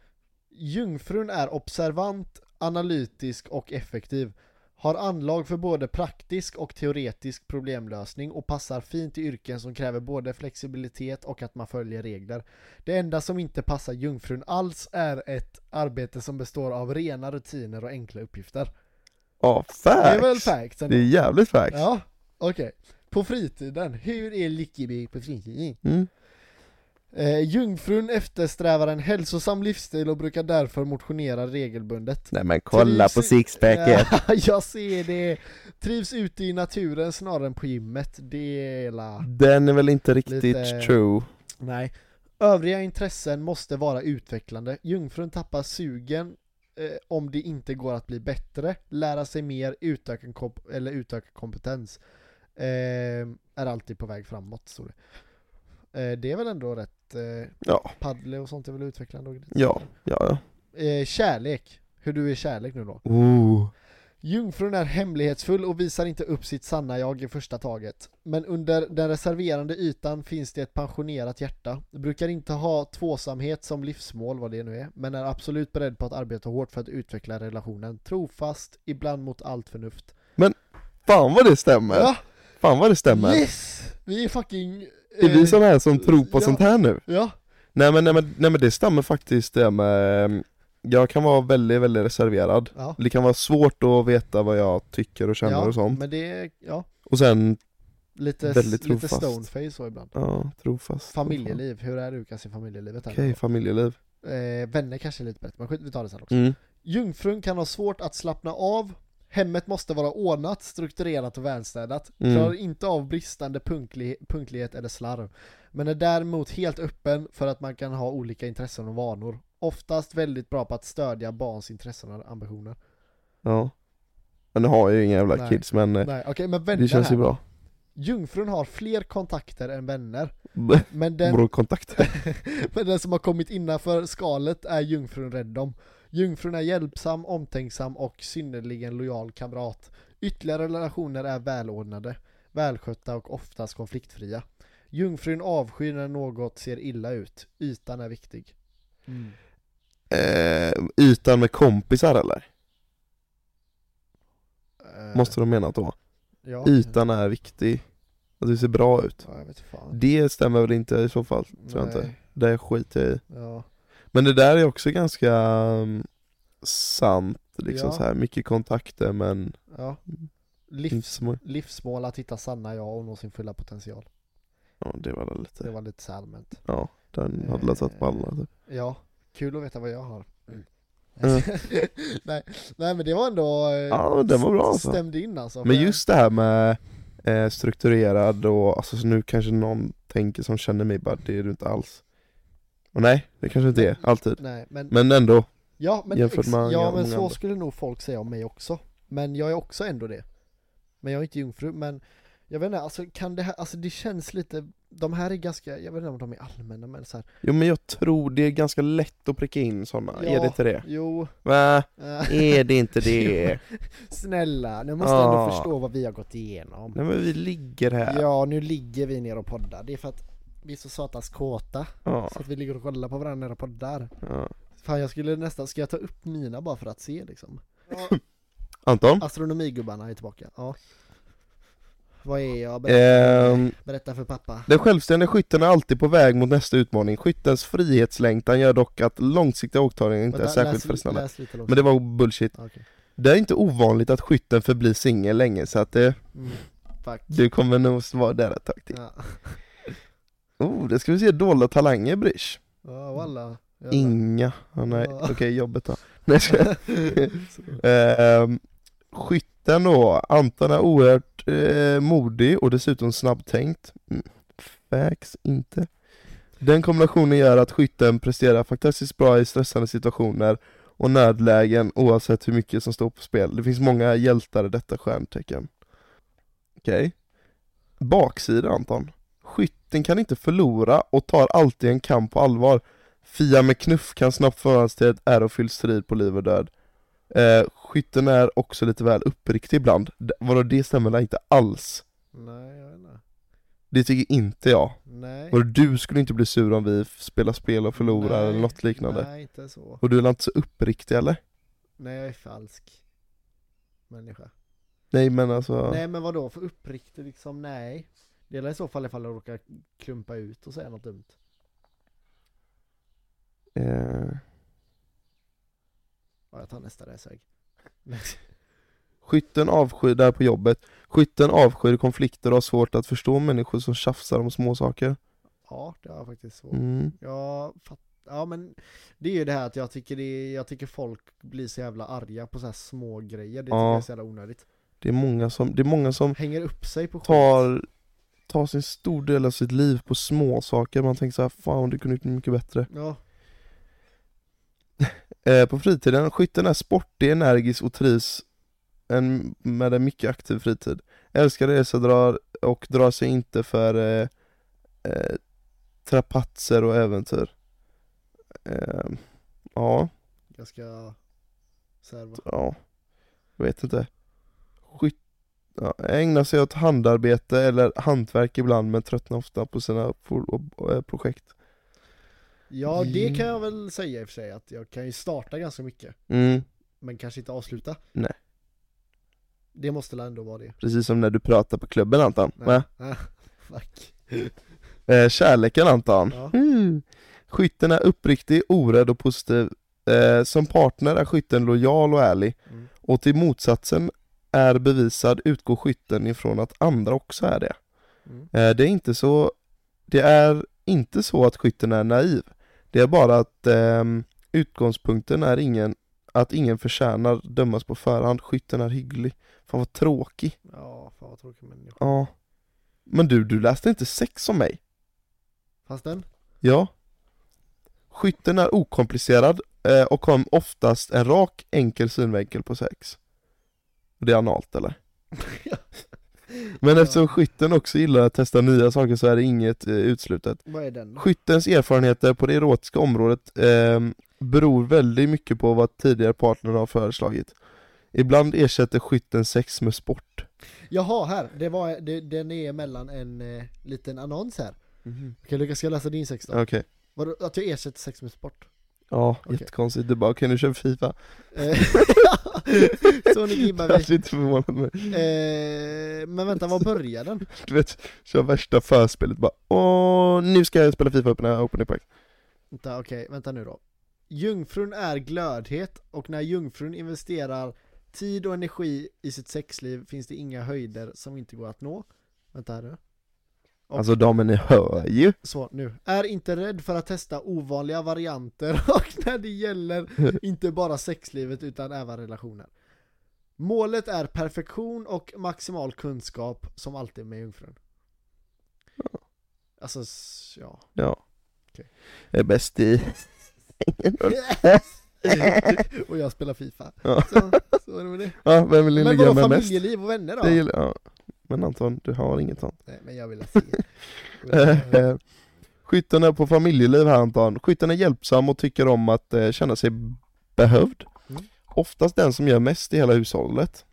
Speaker 1: Jungfrun är observant, analytisk och effektiv. Har anlag för både praktisk och teoretisk problemlösning och passar fint i yrken som kräver både flexibilitet och att man följer regler. Det enda som inte passar jungfrun alls är ett arbete som består av rena rutiner och enkla uppgifter.
Speaker 2: Ja,
Speaker 1: Det är väl
Speaker 2: facts!
Speaker 1: facts ändå?
Speaker 2: Det är jävligt facts!
Speaker 1: Ja, okej. På fritiden, hur är Lyckeby på fritiden?
Speaker 2: Mm.
Speaker 1: Eh, jungfrun eftersträvar en hälsosam livsstil och brukar därför motionera regelbundet.
Speaker 6: Nej men kolla
Speaker 1: Trivs
Speaker 6: på
Speaker 1: i-
Speaker 6: sixpacket!
Speaker 1: Ja, [LAUGHS] jag ser det! Trivs ute i naturen snarare än på gymmet. Det är la...
Speaker 2: Den är väl inte riktigt
Speaker 1: Lite-
Speaker 2: true.
Speaker 1: Nej. Övriga intressen måste vara utvecklande. Jungfrun tappar sugen eh, om det inte går att bli bättre, lära sig mer, utöka, komp- eller utöka kompetens. Eh, är alltid på väg framåt, står det. Eh, det är väl ändå rätt... Eh,
Speaker 2: Ja,
Speaker 1: paddle och sånt är väl utvecklande och grejer.
Speaker 2: ja, ja. ja.
Speaker 1: Eh, kärlek. Hur du är kärlek nu då.
Speaker 2: Ooh.
Speaker 1: Jungfrun är hemlighetsfull och visar inte upp sitt sanna jag i första taget. Men under den reserverande ytan finns det ett pensionerat hjärta. Brukar inte ha tvåsamhet som livsmål, vad det nu är, men är absolut beredd på att arbeta hårt för att utveckla relationen. Trofast, ibland mot allt förnuft.
Speaker 2: Fan vad det stämmer!
Speaker 1: Ja,
Speaker 2: Fan vad det stämmer!
Speaker 1: yes! Vi är fucking...
Speaker 2: Det är
Speaker 1: eh,
Speaker 2: vi som är som tror på
Speaker 1: ja.
Speaker 2: sånt här nu.
Speaker 1: Ja,
Speaker 2: Nej men, nej, men, nej men det stämmer faktiskt det med, ehm, jag kan vara väldigt, väldigt reserverad.
Speaker 1: ja.
Speaker 2: Det kan vara svårt att veta vad jag tycker och känner
Speaker 1: ja,
Speaker 2: och sånt.
Speaker 1: men det, ja.
Speaker 2: Och sen,
Speaker 1: Lite,
Speaker 2: Väldigt
Speaker 1: lite
Speaker 2: trofast.
Speaker 1: stoneface så ibland.
Speaker 2: ja, trofast.
Speaker 1: Familjeliv, hur är Lukas i familjelivet? här?
Speaker 2: Okej, familjeliv.
Speaker 1: Eh, vänner kanske är lite bättre, men skit, vi tar det sen också.
Speaker 2: Mm.
Speaker 1: Jungfrun kan ha svårt att slappna av. Hemmet måste vara ordnat, strukturerat och välstädat.
Speaker 2: Mm.
Speaker 1: Klarar inte av bristande punktli- punktlighet eller slarv. Men är däremot helt öppen för att man kan ha olika intressen och vanor. Oftast väldigt bra på att stödja barns intressen och ambitioner.
Speaker 2: Ja. Men nu har jag ju inga jävla
Speaker 1: Nej.
Speaker 2: kids men eh,
Speaker 1: Nej, okej, men vänner
Speaker 2: det känns ju
Speaker 1: här.
Speaker 2: bra.
Speaker 1: Jungfrun har fler kontakter än vänner.
Speaker 2: B-
Speaker 1: Men den
Speaker 2: Bra kontakt.
Speaker 1: Men den som har kommit innanför skalet är jungfrun rädd om. Jungfrun är hjälpsam, omtänksam och synnerligen lojal kamrat. Ytterligare relationer är välordnade, välskötta och oftast konfliktfria. Jungfrun avskyr när något ser illa ut. Ytan är viktig.
Speaker 2: Eh, ytan med kompisar eller?
Speaker 1: Eh,
Speaker 2: Måste de mena då?
Speaker 1: ja.
Speaker 2: Ytan är viktig. Att du ser bra ut.
Speaker 1: Ja, jag vet fan.
Speaker 2: Det stämmer väl inte i så fall, tror jag inte.
Speaker 1: Nej,
Speaker 2: Det skiter jag i.
Speaker 1: Ja.
Speaker 2: Men det där är också ganska mm, sant, liksom
Speaker 1: Ja.
Speaker 2: så här mycket kontakter men
Speaker 1: ja.
Speaker 2: Mm. inte
Speaker 1: Livs,
Speaker 2: så många.
Speaker 1: livsmål att hitta sanna jag och nå sin fulla potential.
Speaker 2: Ja det var väl
Speaker 1: Det
Speaker 2: lite,
Speaker 1: var Eh, lite så här allmänt.
Speaker 2: ja den hade väl satt på alla typ.
Speaker 1: Ja, kul att veta vad jag har.
Speaker 2: Mm.
Speaker 1: [LAUGHS] nej, nej men det var ändå... eh,
Speaker 2: Ja men den var bra alltså.
Speaker 1: Stämde in alltså.
Speaker 2: Men
Speaker 1: för-
Speaker 2: just det här med eh, strukturerad och, alltså så nu kanske någon tänker som känner mig bara det är du inte alls. Och nej, det kanske inte är, alltid.
Speaker 1: Nej, men,
Speaker 2: Men ändå,
Speaker 1: ja, men,
Speaker 2: jämfört
Speaker 1: ex-
Speaker 2: med
Speaker 1: ja,
Speaker 2: många
Speaker 1: men så
Speaker 2: andra.
Speaker 1: skulle nog folk säga om mig också. Men jag är också ändå det. Men jag är inte jungfru, men jag vet inte, alltså kan det här, alltså det känns lite, de här är ganska, jag vet inte om de är allmänna men så här.
Speaker 2: jo men jag tror det är ganska lätt att pricka in sådana,
Speaker 1: Ja.
Speaker 2: är det inte det?
Speaker 1: jo,
Speaker 2: Va?
Speaker 1: eh,
Speaker 2: Är
Speaker 1: [LAUGHS]
Speaker 2: det inte det?
Speaker 1: snälla, nu måste
Speaker 2: Ja.
Speaker 1: jag ändå förstå vad vi har gått igenom.
Speaker 2: Nej men vi ligger här.
Speaker 1: Ja, nu ligger vi ner och poddar, det är för att vi är så satans kåta,
Speaker 2: Ja,
Speaker 1: så att vi ligger och kollar på varandra och poddar.
Speaker 2: ja.
Speaker 1: Fan jag skulle nästan, ska jag ta upp mina bara för att se liksom?
Speaker 2: Mm. Anton?
Speaker 1: Astronomigubbarna är tillbaka, ja. Vad är jag? Berätta,
Speaker 2: Ehm,
Speaker 1: berätta för pappa.
Speaker 2: Den självständiga skytten är alltid på väg mot nästa utmaning. Skyttens frihetslängtan gör dock att långsiktiga åktaganden inte är
Speaker 1: Vänta,
Speaker 2: särskilt
Speaker 1: läs-
Speaker 2: frestande.
Speaker 1: Läs lite
Speaker 2: Men det var bullshit.
Speaker 1: var... Okej.
Speaker 2: Det är inte ovanligt att skytten förblir singel länge så att det,
Speaker 1: Mm, fuck.
Speaker 2: du kommer nog vara där ett tag till.
Speaker 1: Ja,
Speaker 2: Oh, det ska vi se dolda talanger Brish.
Speaker 1: ja walla. Jävlar. [LAUGHS]
Speaker 2: Inga. Ah, nej,
Speaker 1: Ja.
Speaker 2: okej jobbet då. Nej, jag skojar. Ehm, Skytten då, Anton är oerhört eh, modig och dessutom snabbtänkt. Mm, Facts inte. Den kombinationen gör att skytten presterar fantastiskt bra i stressande situationer och nödlägen oavsett hur mycket som står på spel. Det finns många hjältar i detta stjärntecken. Okej. Baksida Anton. Skytten kan inte förlora och tar alltid en kamp på allvar. Fia med knuff kan snabbt föras till ett ärofylld strid på liv och död. Eh, skytten är också lite väl uppriktig ibland. D- vadå, det stämmer väl inte alls?
Speaker 1: Nej, jag vet inte.
Speaker 2: Det tycker inte jag.
Speaker 1: Nej.
Speaker 2: Vadå, du skulle inte bli sur om vi f- spelar spel och förlorar
Speaker 1: Nej,
Speaker 2: eller något liknande.
Speaker 1: Nej, inte så.
Speaker 2: Och du är väl inte så uppriktig eller?
Speaker 1: Nej, jag är falsk. Människa.
Speaker 2: Nej men alltså,
Speaker 1: Nej, men vadå för uppriktig liksom? Nej. Det är i så fall ifall jag råkar klumpa ut och säga något dumt.
Speaker 2: eh,
Speaker 1: Ja, jag tar nästa resväg.
Speaker 2: skytten avskyr, där på jobbet, skytten avskyr konflikter och har svårt att förstå människor som tjafsar om småsaker.
Speaker 1: [LAUGHS] Ja, det har jag faktiskt svårt.
Speaker 2: Mm.
Speaker 1: Jag fatt... Ja men det är ju det här att jag tycker, det är... jag tycker folk blir så jävla arga på så här små grejer. Det tycker
Speaker 2: Ja.
Speaker 1: jag är så jävla onödigt.
Speaker 2: Det är många som, det är många som
Speaker 1: Hänger upp sig på skit.
Speaker 2: tar, tar sin stor del av sitt liv på små saker Man tänker så här, fan du kunde gjort mycket bättre.
Speaker 1: Ja,
Speaker 2: Eh, på fritiden, skytten är sportig, energisk och trivs en, med en mycket aktiv fritid. Älskar resor drar, och drar sig inte för eh, eh, trapatser och äventyr. Eh, ja,
Speaker 1: jag ska serva.
Speaker 2: ja, jag vet inte. Skytt, ja, ägnar sig åt handarbete eller hantverk ibland men tröttnar ofta på sina for- eh, projekt.
Speaker 1: Ja det kan jag väl säga i och för sig att jag kan ju starta ganska mycket.
Speaker 2: Mm,
Speaker 1: Men kanske inte avsluta.
Speaker 2: Nej.
Speaker 1: Det måste väl ändå vara det.
Speaker 2: precis som när du pratar på klubben Anton. Va?
Speaker 1: Ah, fuck.
Speaker 2: Eh, kärleken Anton.
Speaker 1: Ja.
Speaker 2: Mm. Skytten är uppriktig, orädd och positiv. Eh, som partner är skytten lojal och ärlig.
Speaker 1: Mm.
Speaker 2: Och till motsatsen är bevisad utgår skytten ifrån att andra också är det.
Speaker 1: Mm.
Speaker 2: Eh, det är inte så Det är inte så att skytten är naiv. Det är bara att ehm, utgångspunkten är ingen att ingen förtjänar dömas på förhand. Skytten är hygglig. Fan vad tråkig.
Speaker 1: Ja, fan vad tråkig människa.
Speaker 2: Ja. Men du, du läste inte sex om mig.
Speaker 1: Fast den? [LAUGHS]
Speaker 2: Ja. Skytten är okomplicerad eh, och har oftast en rak, enkel synvinkel på sex. Och Det är analt eller? Men
Speaker 1: Ja.
Speaker 2: eftersom skytten också gillar att testa nya saker så är det inget eh, utslutet.
Speaker 1: Vad är den?
Speaker 2: Skyttens erfarenheter på det erotiska området eh, beror väldigt mycket på vad tidigare partner har föreslagit. Ibland ersätter skytten sex med sport.
Speaker 1: Jaha, här. Det var, det, den är mellan en eh, liten annons här. Okej Lukas, ska jag läsa din sex då?
Speaker 2: Okej.
Speaker 1: Vadå, att jag ersätter sex med sport?
Speaker 2: Ja,
Speaker 1: Okej.
Speaker 2: jättekonstigt. Du bara, kan du köra Fifa?
Speaker 1: Eh, [LAUGHS] Så ni gibbar
Speaker 2: Det
Speaker 1: mig.
Speaker 2: hade inte förvånat mig.
Speaker 1: Eh, men vänta, var börjar den?
Speaker 2: [LAUGHS] Du vet, kör värsta förspelet bara Åh, nu ska jag spela FIFA upp när Open Impact
Speaker 1: Vänta, okej, vänta nu då. Jungfrun är glödhet och när jungfrun investerar tid och energi i sitt sexliv finns det inga höjder som inte går att nå. Vänta här nu. Och-
Speaker 2: Alltså damen ni hör ju
Speaker 1: Så, nu. Är inte rädd för att testa ovanliga varianter [LAUGHS] och när det
Speaker 2: [LAUGHS]
Speaker 1: gäller inte bara sexlivet utan även relationer. Målet är perfektion och maximal kunskap som alltid med jungfrun. Alltså, s-
Speaker 2: [LAUGHS]
Speaker 1: ja.
Speaker 2: Ja
Speaker 1: Okej.
Speaker 2: Jag är bäst i [LAUGHS]
Speaker 1: och jag spelar Fifa.
Speaker 2: Ja.
Speaker 1: Så, så är det med det.
Speaker 2: Ja, vem vill ni
Speaker 1: Men
Speaker 2: ligga
Speaker 1: vadå
Speaker 2: med mest?
Speaker 1: familjeliv och vänner då?
Speaker 2: Det gillar ja. Men Anton, du har inget sånt
Speaker 1: Nej, men jag vill se.
Speaker 2: [LAUGHS] Eh, Skytten är på familjeliv här Anton Skytten är hjälpsam och tycker om att eh, känna sig behövd
Speaker 1: Mm.
Speaker 2: Oftast den som gör mest i hela hushållet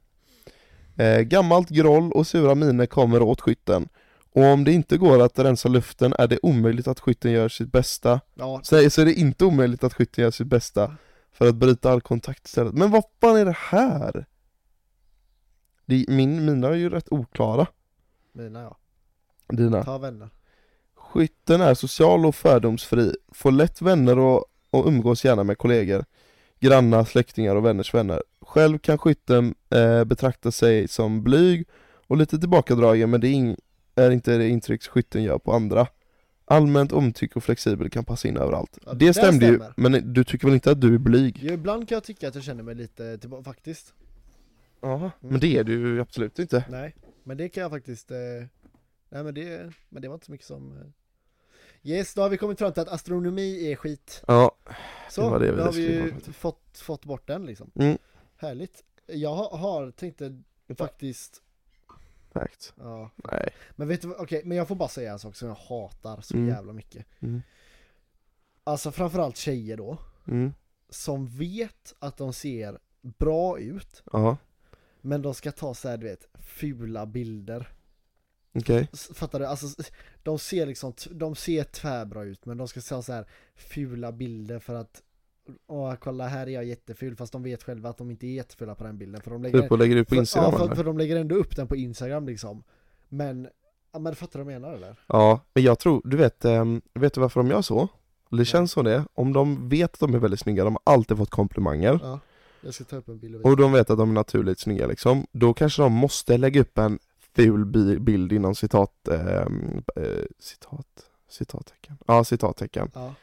Speaker 2: eh, Gammalt groll och sura miner kommer åt skytten och om det inte går att rensa luften är det omöjligt att skytten gör sitt bästa
Speaker 1: Ja,
Speaker 2: Så, så är det inte omöjligt att skytten gör sitt bästa för att bryta all kontakt istället. Men vad fan är det här? Det, är- min, mina är ju rätt oklara,
Speaker 1: mina ja.
Speaker 2: dina.
Speaker 1: Ta vänner.
Speaker 2: Skytten är social och fördomsfri, får lätt vänner och, och umgås gärna med kollegor, grannar, släktingar och vänners vänner. Själv kan skytten eh, betrakta sig som blyg och lite tillbakadragen men det är, ing, är inte det intryck skytten gör på andra. Allmänt omtycke och flexibel kan passa in överallt.
Speaker 1: Ja,
Speaker 2: det
Speaker 1: det
Speaker 2: stämde ju,
Speaker 1: stämmer.
Speaker 2: men du tycker väl inte att du är blyg?
Speaker 1: Jo, ibland kan jag tycka att jag känner mig lite tillbaka, faktiskt.
Speaker 2: Ja, men det är du ju absolut inte.
Speaker 1: Nej, men det kan jag faktiskt... Eh, nej, men det, men det var inte så mycket som... Eh. Yes, då har vi kommit fram till att astronomi är skit.
Speaker 2: Ja,
Speaker 1: Så,
Speaker 2: Det var det jag
Speaker 1: då har vi
Speaker 2: ville skriva
Speaker 1: ju
Speaker 2: om det.
Speaker 1: fått, fått bort den liksom.
Speaker 2: Mm.
Speaker 1: Härligt. Jag har, har tänkte
Speaker 2: Vänta.
Speaker 1: faktiskt...
Speaker 2: exakt.
Speaker 1: Ja.
Speaker 2: Nej.
Speaker 1: Men vet du vad- okej, men jag får bara säga en sak som jag hatar så
Speaker 2: Mm.
Speaker 1: jävla mycket.
Speaker 2: Mm.
Speaker 1: Alltså framförallt tjejer då,
Speaker 2: Mm.
Speaker 1: som vet att de ser bra ut,
Speaker 2: Ja,
Speaker 1: men de ska ta så här, du vet, fula bilder.
Speaker 2: okej.
Speaker 1: S- Fattar du? Alltså, s- de ser liksom, t- de ser tvärbra ut, men de ska ta så här fula bilder för att Åh, kolla här är jag jätteful, fast de vet själva att de inte är jättefula på den bilden, för de lägger,
Speaker 2: Typ och lägger ut på
Speaker 1: för-
Speaker 2: Instagram
Speaker 1: ja, för,
Speaker 2: eller?
Speaker 1: för de lägger ändå upp den på Instagram liksom. Men, ja men fattar du vad jag menar eller?
Speaker 2: Ja, men jag tror, du vet, ehm, vet du varför de gör så? Det känns som det, om de vet att de är väldigt snygga, de har alltid fått komplimanger
Speaker 1: Ja, jag ska ta upp en bild och visa.
Speaker 2: och de vet att de är naturligt snygga liksom, då kanske de måste lägga upp en ful bi- bild inom citat, ehm, eh, citat, Citattecken. Ja, citattecken.
Speaker 1: Ja.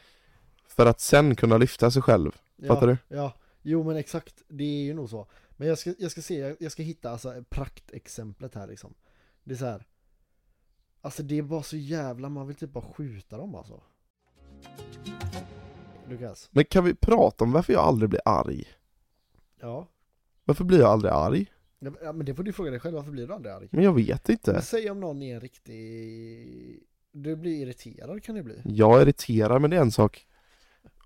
Speaker 2: För att sen kunna lyfta sig själv.
Speaker 1: Ja,
Speaker 2: Fattar du?
Speaker 1: Ja, jo men exakt. Det är ju nog så. Men jag ska, jag ska se, jag ska hitta alltså praktexemplet här liksom. Det är så här. Alltså det är bara så jävla, man vill typ bara skjuta dem alltså. Lukas.
Speaker 2: Men kan vi prata om varför jag aldrig blir arg?
Speaker 1: Ja.
Speaker 2: Varför blir jag aldrig arg?
Speaker 1: Ja, men- ja, men det får du fråga dig själv, varför blir du aldrig arg?
Speaker 2: Men jag vet
Speaker 1: Men
Speaker 2: inte.
Speaker 1: säg om någon är en riktig... Du blir irriterad kan du bli.
Speaker 2: Jag irriterar men det är en sak.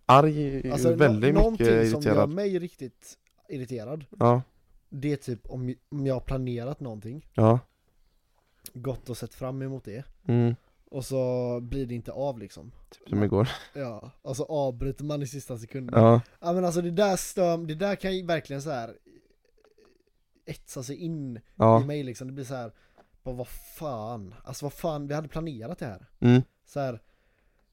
Speaker 2: Arg är ju
Speaker 1: Alltså, nå-
Speaker 2: väldigt mycket
Speaker 1: någonting som gör
Speaker 2: irriterad.
Speaker 1: mig riktigt irriterad,
Speaker 2: Ja,
Speaker 1: det är typ om, om jag har planerat någonting,
Speaker 2: ja.
Speaker 1: gått och sett fram emot det,
Speaker 2: Mm.
Speaker 1: och så blir det inte av liksom.
Speaker 2: Typ som igår.
Speaker 1: Ja, och så avbryter man i sista sekunden. Ja.
Speaker 2: Ja.
Speaker 1: men alltså det där stör, det där kan ju verkligen så här eh, etsa sig in i
Speaker 2: Ja.
Speaker 1: mig liksom. Det blir så här, bara, vad fan, alltså vad fan, vi hade planerat det här.
Speaker 2: Mm.
Speaker 1: så här,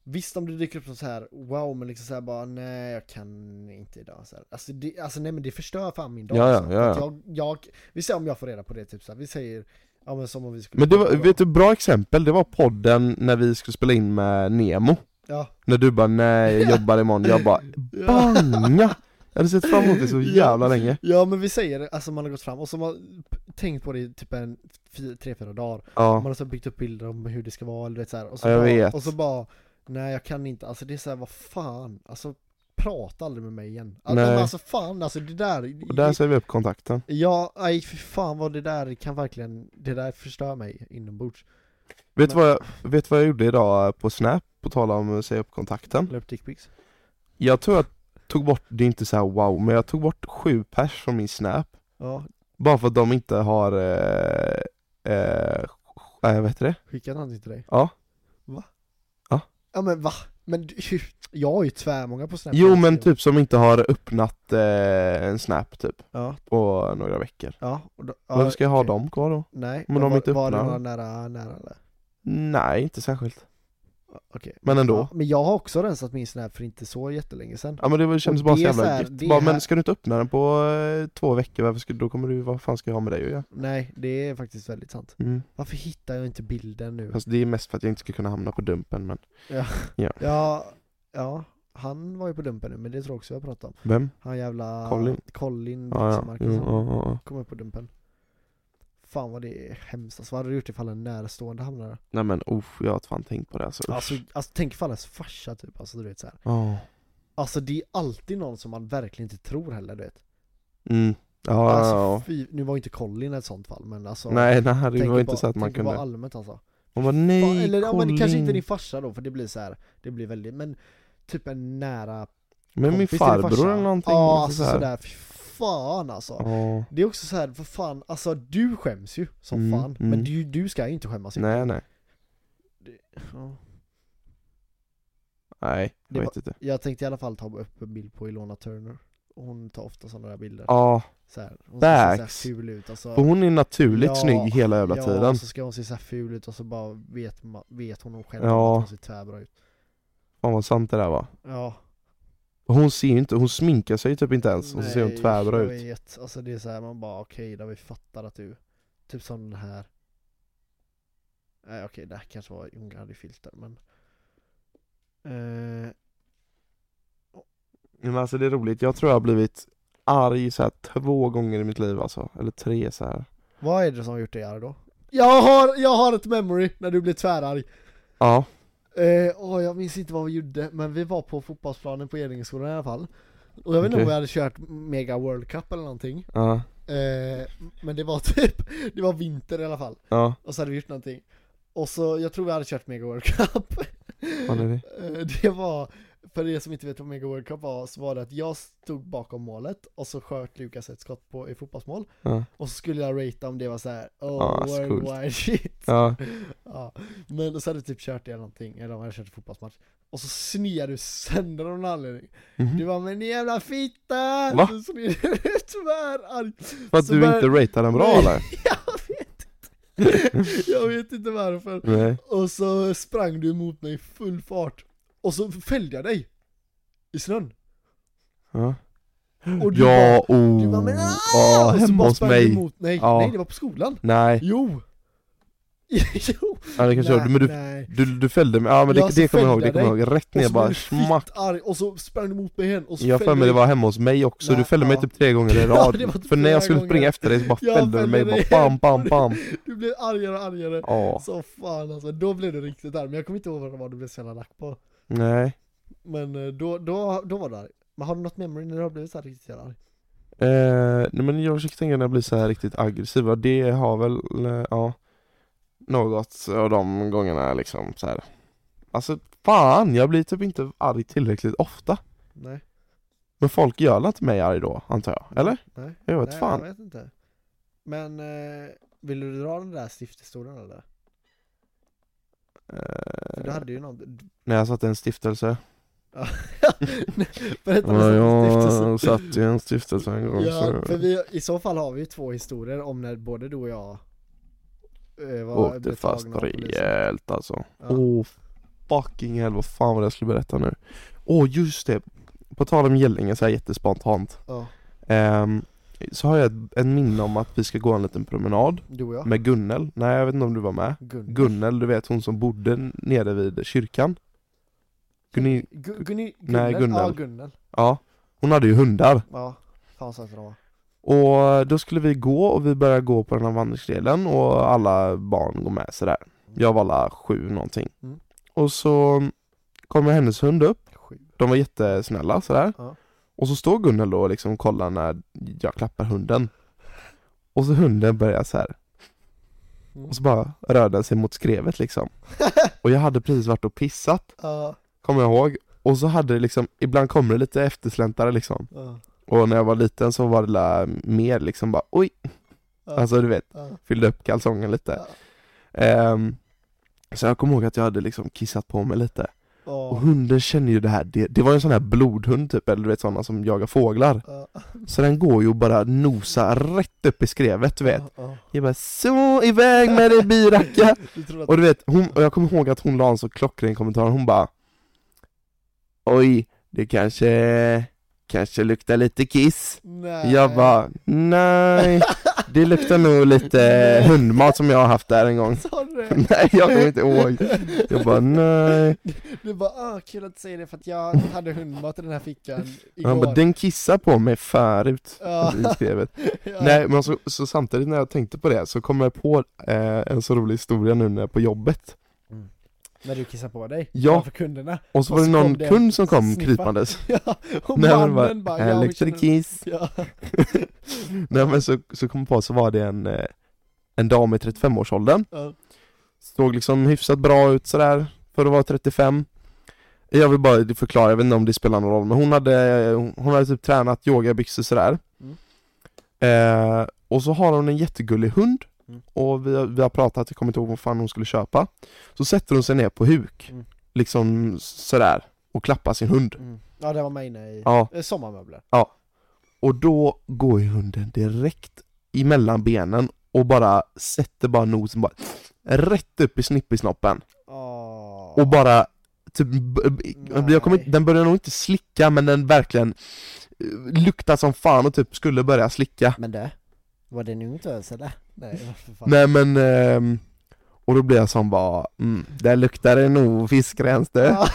Speaker 1: Visst om det dyker upp något så här wow men liksom så här bara nej jag kan inte idag så här. Alltså, det, alltså nej men det förstör fan min dag
Speaker 2: Ja, ja,
Speaker 1: alltså. För
Speaker 2: ja,
Speaker 1: att
Speaker 2: ja.
Speaker 1: Jag, jag, vi säger om jag får reda på det typ så här, vi säger ja men som om vi skulle
Speaker 2: Men det var, vet du, bra exempel, det var podden när vi skulle spela in med Nemo.
Speaker 1: Ja,
Speaker 2: När du bara nej, jag jobbar imorgon. Jag bara
Speaker 1: ja.
Speaker 2: banga! Jag hade sett fram emot det så
Speaker 1: Ja.
Speaker 2: jävla länge.
Speaker 1: ja men vi säger alltså man har gått fram och så har man p- tänkt på det i typ en fy- tre fyra dagar Man
Speaker 2: Ja.
Speaker 1: har så byggt upp bilder om hur det ska vara eller du vet, så här, och så
Speaker 2: Ja, jag
Speaker 1: bara,
Speaker 2: vet.
Speaker 1: och så bara nej jag kan inte alltså det är så här vad fan alltså prata aldrig med mig igen alltså,
Speaker 2: Nej.
Speaker 1: men alltså fan alltså det där
Speaker 2: Och där säger vi upp kontakten.
Speaker 1: Ja, nej fy fan vad det där kan verkligen, det där förstör mig inombords.
Speaker 2: Vet du vad, jag- vet vad jag gjorde idag på Snap? På tal om att säga upp kontakten.
Speaker 1: Löp dickpics.
Speaker 2: Jag tror jag tog bort, det är inte så här wow, men jag tog bort sju pers från min snap
Speaker 1: Ja,
Speaker 2: Bara för att de inte har, eh, eh, äh, vad heter det?
Speaker 1: skickade han till dig?
Speaker 2: Ja.
Speaker 1: Va?
Speaker 2: Ja.
Speaker 1: Ja men va? Men du, [LAUGHS] jag har ju tvärmånga på Snapchat.
Speaker 2: Jo men typ som inte har öppnat eh, en snap typ
Speaker 1: Ja,
Speaker 2: på några veckor
Speaker 1: ja. Och då, ja
Speaker 2: Varför ska jag ha
Speaker 1: okej.
Speaker 2: dem kvar då?
Speaker 1: Nej,
Speaker 2: Men de är inte
Speaker 1: Var det
Speaker 2: öppna.
Speaker 1: några nära, nära eller?
Speaker 2: Nej, inte särskilt
Speaker 1: Ja, Okej.
Speaker 2: Men ändå
Speaker 1: Ja, men jag har också rensat min Snap för inte så jättelänge sedan.
Speaker 2: Ja men det var- kändes
Speaker 1: Och
Speaker 2: bara
Speaker 1: det
Speaker 2: så
Speaker 1: är
Speaker 2: jävla
Speaker 1: så här,
Speaker 2: gött.
Speaker 1: det
Speaker 2: bara,
Speaker 1: här-
Speaker 2: Men ska du inte öppna den på eh, två veckor, varför ska, då kommer du, vad fan ska jag ha med dig att göra?
Speaker 1: Nej, det är faktiskt väldigt sant.
Speaker 2: Mm.
Speaker 1: Varför hittar jag inte bilden nu?
Speaker 2: Fast det är mest för att jag inte ska kunna hamna på dumpen men
Speaker 1: Ja, ja. Han var ju på dumpen nu, men det tror jag också jag pratade om.
Speaker 2: Vem?
Speaker 1: Han jävla
Speaker 2: Colin.
Speaker 1: Colin
Speaker 2: Ja ja,
Speaker 1: Bixmark
Speaker 2: jo,
Speaker 1: och
Speaker 2: ja,
Speaker 1: sånt.
Speaker 2: ja, ja.
Speaker 1: Kom upp på dumpen. Fan vad det är hemskt alltså, Vad hade du gjort ifall en närstående hamnade där?
Speaker 2: Nej men uff, jag har fan tänkt på det alltså. Usch.
Speaker 1: Alltså, alltså tänk ifall ens farsa typ, alltså du vet så här.
Speaker 2: Ja.
Speaker 1: Alltså det är alltid någon som man verkligen inte tror heller du vet.
Speaker 2: Mm. Ja,
Speaker 1: Alltså
Speaker 2: ja,
Speaker 1: fy, nu var ju inte Colin ett sånt fall men alltså.
Speaker 2: ja. Nej, nej, det
Speaker 1: tänk
Speaker 2: var
Speaker 1: ju
Speaker 2: inte
Speaker 1: bara-
Speaker 2: så att man
Speaker 1: tänk ju bara
Speaker 2: kunde...
Speaker 1: allmänt alltså.
Speaker 2: Man bara nej,
Speaker 1: Fan, Eller ja, men
Speaker 2: Colin.
Speaker 1: kanske inte din farsa då för det blir så här. det blir väldigt, men typ en nära
Speaker 2: Men min
Speaker 1: kompis till din farsa.
Speaker 2: farbror eller någonting.
Speaker 1: Ja
Speaker 2: alltså,
Speaker 1: alltså
Speaker 2: så
Speaker 1: sådär,
Speaker 2: här.
Speaker 1: fy fan alltså.
Speaker 2: Ja.
Speaker 1: Det är också så här, vad fan, alltså du skäms ju som
Speaker 2: Mm,
Speaker 1: fan,
Speaker 2: mm.
Speaker 1: men du, du ska ju inte skämmas.
Speaker 2: Nej, nej.
Speaker 1: Ja.
Speaker 2: Nej, jag
Speaker 1: Det
Speaker 2: vet
Speaker 1: var-
Speaker 2: inte.
Speaker 1: Jag tänkte i alla fall ta upp en bild på Ilona Turner. Hon tar ofta sådana där bilder.
Speaker 2: Ja,
Speaker 1: Så här, hon ska se så här
Speaker 2: Bags.
Speaker 1: ful ut. Alltså,
Speaker 2: för hon är naturligt
Speaker 1: Ja,
Speaker 2: snygg hela jävla
Speaker 1: ja,
Speaker 2: tiden.
Speaker 1: så ska hon se så här ful ut och så bara vet, ma- vet hon själv
Speaker 2: Ja.
Speaker 1: att hon ser tvärbra ut.
Speaker 2: Fan vad sant det där var.
Speaker 1: Ja.
Speaker 2: Hon ser ju inte, hon sminkar sig typ inte ens och så ser hon
Speaker 1: Nej,
Speaker 2: tvärbra
Speaker 1: jag
Speaker 2: ut.
Speaker 1: Vet. Alltså det är så här, man bara okej, där vi fattar att du, typ som den här. Nej okej, det här kanske var Ljungared i filter men. Eh,
Speaker 2: Men alltså det är roligt, jag tror jag har blivit arg så här två gånger i mitt liv alltså. Eller tre så här.
Speaker 1: Vad är det som har gjort dig arg då? Jag har, jag har ett memory när du blev tvärarg.
Speaker 2: Ja,
Speaker 1: Eh, åh, jag minns inte vad vi gjorde, men vi var på fotbollsplanen på Edingeskolan i alla fall. Och jag vet inte
Speaker 2: Okej.
Speaker 1: om vi hade kört Mega World Cup eller någonting.
Speaker 2: ja,
Speaker 1: Eh, men det var [LAUGHS] typ, det var vinter i alla fall.
Speaker 2: ja.
Speaker 1: Och så hade vi gjort någonting. Och så, jag tror vi hade kört Mega World Cup.
Speaker 2: Vad är det?
Speaker 1: [LAUGHS] Eh, Det var, för er som inte vet vad Mega World Cup var, så var det att jag stod bakom målet och så sköt Lukas ett skott på, i fotbollsmål.
Speaker 2: Ja.
Speaker 1: Och så skulle jag ratea om det var så här, oh,
Speaker 2: Ah, så coolt.
Speaker 1: worldwide [LAUGHS] shit.
Speaker 2: Ja,
Speaker 1: Ja, men så hade du typ kört det eller någonting, eller om jag hade kört en fotbollsmatch Och så snear du sönder av någon anledning
Speaker 2: Mhm.
Speaker 1: Du var men ni jävla fitta!
Speaker 2: Va?
Speaker 1: Så snear du [LAUGHS] tvärarg
Speaker 2: För att
Speaker 1: Så
Speaker 2: du
Speaker 1: börjar-
Speaker 2: inte ratear den bra
Speaker 1: Nej.
Speaker 2: eller?
Speaker 1: Jag vet inte [LAUGHS] Jag vet inte varför
Speaker 2: Nej.
Speaker 1: Och så sprang du emot mig i full fart Och så fällde jag dig I snön
Speaker 2: Ja,
Speaker 1: Och du
Speaker 2: ja
Speaker 1: bara,
Speaker 2: oh.
Speaker 1: du bara men ah!"
Speaker 2: ja,
Speaker 1: och så
Speaker 2: hemma
Speaker 1: bara
Speaker 2: hos
Speaker 1: sprang du
Speaker 2: mig.
Speaker 1: emot mig
Speaker 2: Ja.
Speaker 1: Nej det var på skolan
Speaker 2: Nej,
Speaker 1: Jo! [LAUGHS] jo!
Speaker 2: Ja, det kanske,
Speaker 1: nej,
Speaker 2: men du,
Speaker 1: nej.
Speaker 2: du, du fällde mig, ja men
Speaker 1: Jag
Speaker 2: det, det kommer jag ihåg,
Speaker 1: fällde
Speaker 2: det kommer jag
Speaker 1: dig.
Speaker 2: ihåg. Rätt
Speaker 1: Och
Speaker 2: ner
Speaker 1: så
Speaker 2: bara
Speaker 1: blev du
Speaker 2: smack.
Speaker 1: fitt arg och så sprang du mot mig igen och så
Speaker 2: Jag för
Speaker 1: fällde
Speaker 2: mig det
Speaker 1: du-
Speaker 2: var hemma hos mig också, du
Speaker 1: Nej,
Speaker 2: fällde mig
Speaker 1: ja.
Speaker 2: typ tre gånger i
Speaker 1: Ja,
Speaker 2: rad.
Speaker 1: det var typ
Speaker 2: för när
Speaker 1: flera
Speaker 2: jag skulle springa
Speaker 1: gånger.
Speaker 2: efter dig så bara
Speaker 1: Jag
Speaker 2: fällde du mig
Speaker 1: fällde
Speaker 2: bara
Speaker 1: dig.
Speaker 2: bam,
Speaker 1: [LAUGHS]
Speaker 2: bam, bam.
Speaker 1: Du blev argare och argare.
Speaker 2: Ja,
Speaker 1: Så fan alltså, då blev du riktigt arg. Men jag kommer inte ihåg vad det var du blev så jävla lack på.
Speaker 2: nej.
Speaker 1: Men eh, då, då, då var du arg. Men har du något memory när du har blivit så här riktigt jävla arg?
Speaker 2: Eh, nej men jag försöker tänka när jag blir så här riktigt aggressiv, och det har väl, eh, ja Något av de gångerna liksom så här. Alltså fan, jag blir typ inte arg tillräckligt ofta
Speaker 1: Nej?
Speaker 2: Men folk gör inte mig arg då, antar jag? Eller?
Speaker 1: Nej?
Speaker 2: Jag vet
Speaker 1: Nej,
Speaker 2: fan
Speaker 1: Jag vet inte. Men eh, vill du dra den där stifthistorien eller? För du
Speaker 2: eh,
Speaker 1: hade ju någon... [LAUGHS]
Speaker 2: När jag satt i en stiftelse
Speaker 1: Berätta om
Speaker 2: Ja,
Speaker 1: stiftelsen.
Speaker 2: jag satt i en stiftelse en gång
Speaker 1: Ja, för
Speaker 2: så
Speaker 1: vi, i så fall har vi ju två historier om när både du och jag eh, var
Speaker 2: åkte
Speaker 1: blev
Speaker 2: fast
Speaker 1: tagna av polisen.
Speaker 2: rejält alltså
Speaker 1: Ja.
Speaker 2: Åh oh, fucking hell, vad fan var det jag skulle berätta nu? Åh oh, just det! På tal om Gällingen så här jättespontant
Speaker 1: Ja,
Speaker 2: Ehm, så har jag ett, en minne om att vi ska gå en liten promenad
Speaker 1: du och jag.
Speaker 2: med Gunnel. Nej, jag vet inte om du var med.
Speaker 1: Gun-
Speaker 2: Gunnel, du vet hon som bodde nere vid kyrkan. Gunni,
Speaker 1: Gu- Gunni-
Speaker 2: Nej,
Speaker 1: Gunnel? Ja,
Speaker 2: Gunnel.
Speaker 1: Gunnel.
Speaker 2: ja, hon hade ju hundar.
Speaker 1: Ja, fan vad söta de var.
Speaker 2: Och då skulle vi gå och vi började gå på den här vandringsleden och alla barn går med sådär. Jag var alla sju någonting.
Speaker 1: Mm.
Speaker 2: Och så kommer hennes hund upp
Speaker 1: Sju.
Speaker 2: De var jättesnälla sådär.
Speaker 1: Ja.
Speaker 2: Och så står Gunnel då och liksom kollar när jag klappar hunden. Och så hunden börjar så här.
Speaker 1: Mm. [LAUGHS]
Speaker 2: Och så bara rör den sig mot skrevet liksom. och jag hade precis varit och pissat,
Speaker 1: Ja,
Speaker 2: kommer jag ihåg. Och så hade det liksom, ibland kommer det lite eftersläntare liksom.
Speaker 1: ja,
Speaker 2: Och när jag var liten så var det där mer liksom bara oj.
Speaker 1: Ja.
Speaker 2: Alltså du vet,
Speaker 1: ja.
Speaker 2: fyllde upp kalsongen lite.
Speaker 1: Ja.
Speaker 2: Ehm, så jag kommer ihåg att jag hade liksom kissat på mig lite. Och
Speaker 1: Ja,
Speaker 2: hunden känner ju det här, det, det var ju en sån här blodhund typ, eller du vet sådana som jagar fåglar
Speaker 1: ja,
Speaker 2: Så den går ju och bara nosar rätt upp i skrevet du vet
Speaker 1: ja, ja.
Speaker 2: Jag bara så, iväg med dig biracka!
Speaker 1: [LAUGHS] Du trodde att...
Speaker 2: Och du vet, hon, och jag kommer ihåg att hon la en så klockren kommentar, hon bara Oj, det kanske, kanske luktar lite kiss
Speaker 1: Nej.
Speaker 2: Jag bara, nej, det luktar nog lite hundmat som jag har haft där en gång
Speaker 1: Sa du det?
Speaker 2: [LAUGHS] Nej, jag kommer inte ihåg
Speaker 1: [LAUGHS]
Speaker 2: Jag bara, nej
Speaker 1: Du bara, ah, kul att du säger det för att jag hade hundmat i den här fickan igår.
Speaker 2: Han bara, den kissar på mig förut [LAUGHS]
Speaker 1: Ja.
Speaker 2: i skrevet.
Speaker 1: ja.
Speaker 2: [LAUGHS] Nej men så, så samtidigt när jag tänkte på det så kom jag på eh, en så rolig historia nu när jag är på jobbet
Speaker 1: När du kissade på dig?
Speaker 2: Ja.
Speaker 1: Framför kunderna?
Speaker 2: Och så
Speaker 1: Och
Speaker 2: var det
Speaker 1: så
Speaker 2: någon
Speaker 1: kom det en
Speaker 2: kund som kom
Speaker 1: sniffa.
Speaker 2: krypandes
Speaker 1: [LAUGHS] Ja, och
Speaker 2: Nej men bara,
Speaker 1: mannen bara,
Speaker 2: bara
Speaker 1: ja, vi
Speaker 2: luktar det
Speaker 1: känner...
Speaker 2: kiss?
Speaker 1: Ja,
Speaker 2: Nej men så, så kom jag på så var det en, eh, en dam i 35-årsåldern
Speaker 1: ja,
Speaker 2: Såg liksom hyfsat bra ut sådär för att vara 35 Jag vill bara förklara, jag vet inte om det spelar någon roll men hon hade, hon hade typ tränat yogabyxor sådär
Speaker 1: Mm.
Speaker 2: eh, Och så har hon en jättegullig hund
Speaker 1: Mm.
Speaker 2: Och vi har, vi har pratat, jag kommer inte ihåg vad fan hon skulle köpa Så sätter hon sig ner på huk
Speaker 1: Mm.
Speaker 2: Liksom sådär Och klappar sin hund
Speaker 1: mm. ja det var mig inne i
Speaker 2: Ja,
Speaker 1: eh, sommarmöbler.
Speaker 2: och då går ju hunden direkt emellan benen och bara sätter bara nosen bara Rätt upp i snippisnoppen
Speaker 1: Oh.
Speaker 2: och bara typ, b- b- jag kommer,
Speaker 1: Nej.
Speaker 2: inte- den börjar nog inte slicka men den verkligen eh, luktar som fan och typ skulle börja slicka
Speaker 1: Men du, var det en ungtös eller? Nej, varför fan?
Speaker 2: Nej men, ehm, och då blir jag som bara mm, där luktar det nog fiskrens du
Speaker 1: Ja.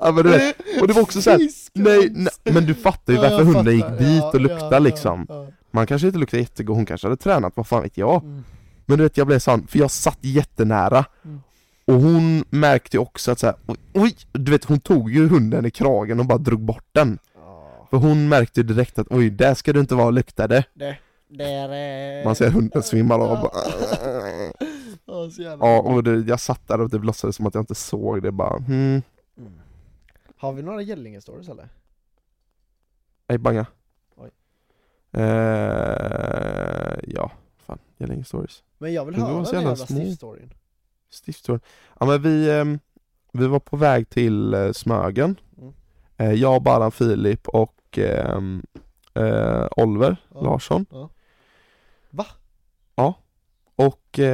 Speaker 2: Ja men du vet, och det var också såhär Nej,
Speaker 1: Fiskrens.
Speaker 2: nej, men du fattar ju
Speaker 1: Ja,
Speaker 2: varför
Speaker 1: jag
Speaker 2: hunden gick
Speaker 1: fattar.
Speaker 2: dit
Speaker 1: Ja,
Speaker 2: och luktade
Speaker 1: ja,
Speaker 2: liksom
Speaker 1: Ja,
Speaker 2: Man kanske inte luktar jättegod, hon kanske hade tränat, vad fan vet jag?
Speaker 1: ja. Mm.
Speaker 2: Men du vet jag blev sån, för jag satt jättenära
Speaker 1: Mm.
Speaker 2: Och hon märkte ju också att såhär, oj, oj, du vet hon tog ju hunden i kragen och bara drog bort den
Speaker 1: Ja.
Speaker 2: För hon märkte ju direkt att oj, där ska du inte vara och luktade
Speaker 1: Där är...
Speaker 2: Man ser hunden svimmar av bara, [LAUGHS]
Speaker 1: Ja, så jävla
Speaker 2: Ja, och det, jag satt där och det låtsades som att jag inte såg det bara, hmm,
Speaker 1: Mm. Har vi några Gällinge-stories eller?
Speaker 2: nej banga
Speaker 1: Oj.
Speaker 2: eh, Ja, fan, gäller inga stories
Speaker 1: Men jag vill
Speaker 2: Men vi
Speaker 1: höra
Speaker 2: var
Speaker 1: den
Speaker 2: så
Speaker 1: jävla,
Speaker 2: jävla
Speaker 1: jävla
Speaker 2: små.
Speaker 1: stiff-storyn.
Speaker 2: Stiftstrål. Ja men vi, ehm, vi var på väg till eh, Smögen
Speaker 1: Mm.
Speaker 2: eh, Jag, Baran, Filip och ehm, eh, Oliver
Speaker 1: Ja.
Speaker 2: Larsson
Speaker 1: Ja. Va?
Speaker 2: Ja Och ehm,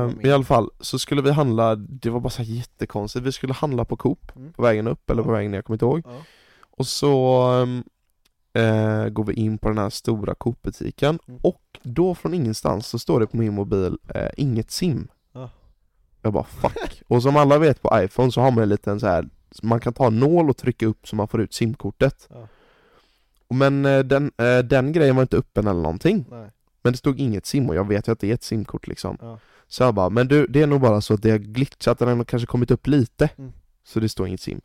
Speaker 1: Ja, men-
Speaker 2: i alla fall så skulle vi handla, det var bara så här jättekonstigt Vi skulle handla på Coop
Speaker 1: Mm.
Speaker 2: på vägen upp eller på
Speaker 1: Ja.
Speaker 2: vägen ner, jag kommer inte ihåg
Speaker 1: Ja.
Speaker 2: Och så ehm, eh, går vi in på den här stora Coop-butiken
Speaker 1: Mm.
Speaker 2: och då från ingenstans så står det på min mobil eh, inget sim
Speaker 1: Ja.
Speaker 2: Jag bara fuck. [LAUGHS] Och som alla vet på iPhone så har man en liten så här man kan ta en nål och trycka upp så man får ut simkortet.
Speaker 1: Ja.
Speaker 2: Och Men eh, den, eh, den grejen var inte öppen eller någonting.
Speaker 1: Nej.
Speaker 2: Men det stod inget sim och jag vet ju att det är ett simkort liksom.
Speaker 1: Ja.
Speaker 2: Så jag bara, men du, det är nog bara så att det har glitchat eller den har kanske kommit upp lite.
Speaker 1: Mm.
Speaker 2: Så det står inget sim.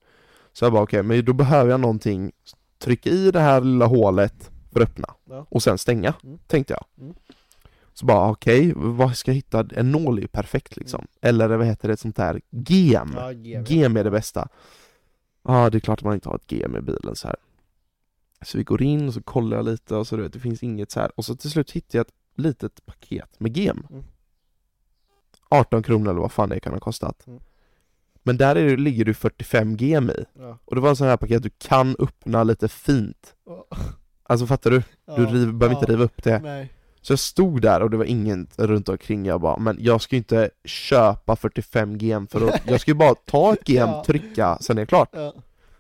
Speaker 2: Så jag bara, okej, men då behöver jag någonting. Tryck i det här lilla hålet för att öppna.
Speaker 1: Ja.
Speaker 2: Och sen stänga,
Speaker 1: Mm.
Speaker 2: tänkte jag.
Speaker 1: Mm.
Speaker 2: Så bara, okej, vad ska jag hitta? En nål är ju perfekt liksom. Eller vad heter det, ett sånt där gem.
Speaker 1: Mm. Ja, GV.
Speaker 2: GM är det bästa. Ja, det är klart att man inte har ett GM i bilen så här. Så vi går in och så kollar jag lite och så du vet, det finns inget så här. Och så till slut hittar jag ett litet paket med GM.
Speaker 1: Mm.
Speaker 2: 18 kronor eller vad fan det kan ha kostat.
Speaker 1: Mm.
Speaker 2: Men där är det, ligger du 45 GM i.
Speaker 1: Ja.
Speaker 2: Och det var en sån här paket du kan öppna lite fint.
Speaker 1: Ja.
Speaker 2: Alltså fattar du? [LAUGHS] Du river, behöver inte
Speaker 1: Ja.
Speaker 2: riva upp det.
Speaker 1: Nej.
Speaker 2: Så jag stod där och det var ingen runt omkring jag bara, men jag ska ju inte köpa 45 GM för att, jag ska ju bara ta ett
Speaker 1: [LAUGHS]
Speaker 2: GM,
Speaker 1: Ja.
Speaker 2: trycka, sen är det klart.
Speaker 1: Ja.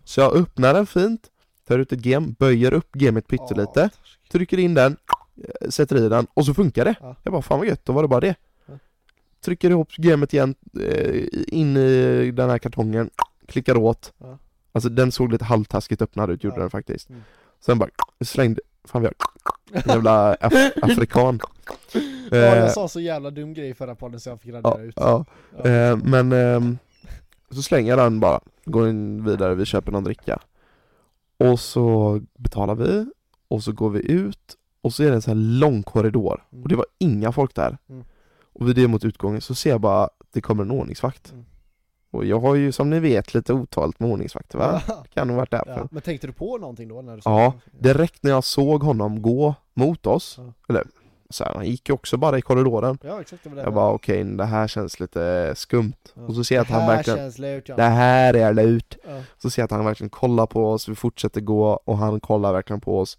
Speaker 2: Så jag öppnar den fint, tar ut ett gem, böjer upp gemet pyttelite,
Speaker 1: Ja, taskigt.
Speaker 2: trycker in den, eh, sätter i den och så funkar det.
Speaker 1: Ja.
Speaker 2: Jag bara fan vad gött, då var det bara det.
Speaker 1: Ja.
Speaker 2: Trycker ihop gemet igen, eh, in i den här kartongen, klickar åt.
Speaker 1: Ja.
Speaker 2: Alltså den såg lite halvtaskigt öppnad ut, gjorde
Speaker 1: Ja.
Speaker 2: den faktiskt.
Speaker 1: Mm.
Speaker 2: Sen bara slängde, fan vi har jävla
Speaker 1: [LAUGHS]
Speaker 2: af- afrikan.
Speaker 1: Ja, jag
Speaker 2: Alltså, Eh,
Speaker 1: sa så jävla dum grej i förra podden så jag fick radera
Speaker 2: ja,
Speaker 1: ut.
Speaker 2: ja.
Speaker 1: Ja.
Speaker 2: Eh, men ehm, så slänger jag den bara, går in vidare, vi köper någon dricka. Och så betalar vi, och så går vi ut, och så är det en sån här lång korridor.
Speaker 1: Mm.
Speaker 2: Och det var inga folk där.
Speaker 1: Mm.
Speaker 2: Och vid det mot utgången så ser jag bara att det kommer en ordningsvakt.
Speaker 1: Mm.
Speaker 2: Och jag har ju som ni vet lite otalt med ordningsvakter va?
Speaker 1: Ja.
Speaker 2: Kan nog varit därför.
Speaker 1: Ja. Men tänkte du på någonting då? När du
Speaker 2: Ja, Direkt när jag såg honom gå mot oss,
Speaker 1: Ja.
Speaker 2: eller så här, han gick ju också bara i korridoren.
Speaker 1: ja exakt. Det var det.
Speaker 2: Jag bara okej, det här känns lite skumt.
Speaker 1: Ja.
Speaker 2: Och så ser jag att han
Speaker 1: här
Speaker 2: verkligen
Speaker 1: känns lurt ja.
Speaker 2: Liksom. det här är lurt.
Speaker 1: Ja.
Speaker 2: Så ser jag att han verkligen kollar på oss, vi fortsätter gå och han kollar verkligen på oss.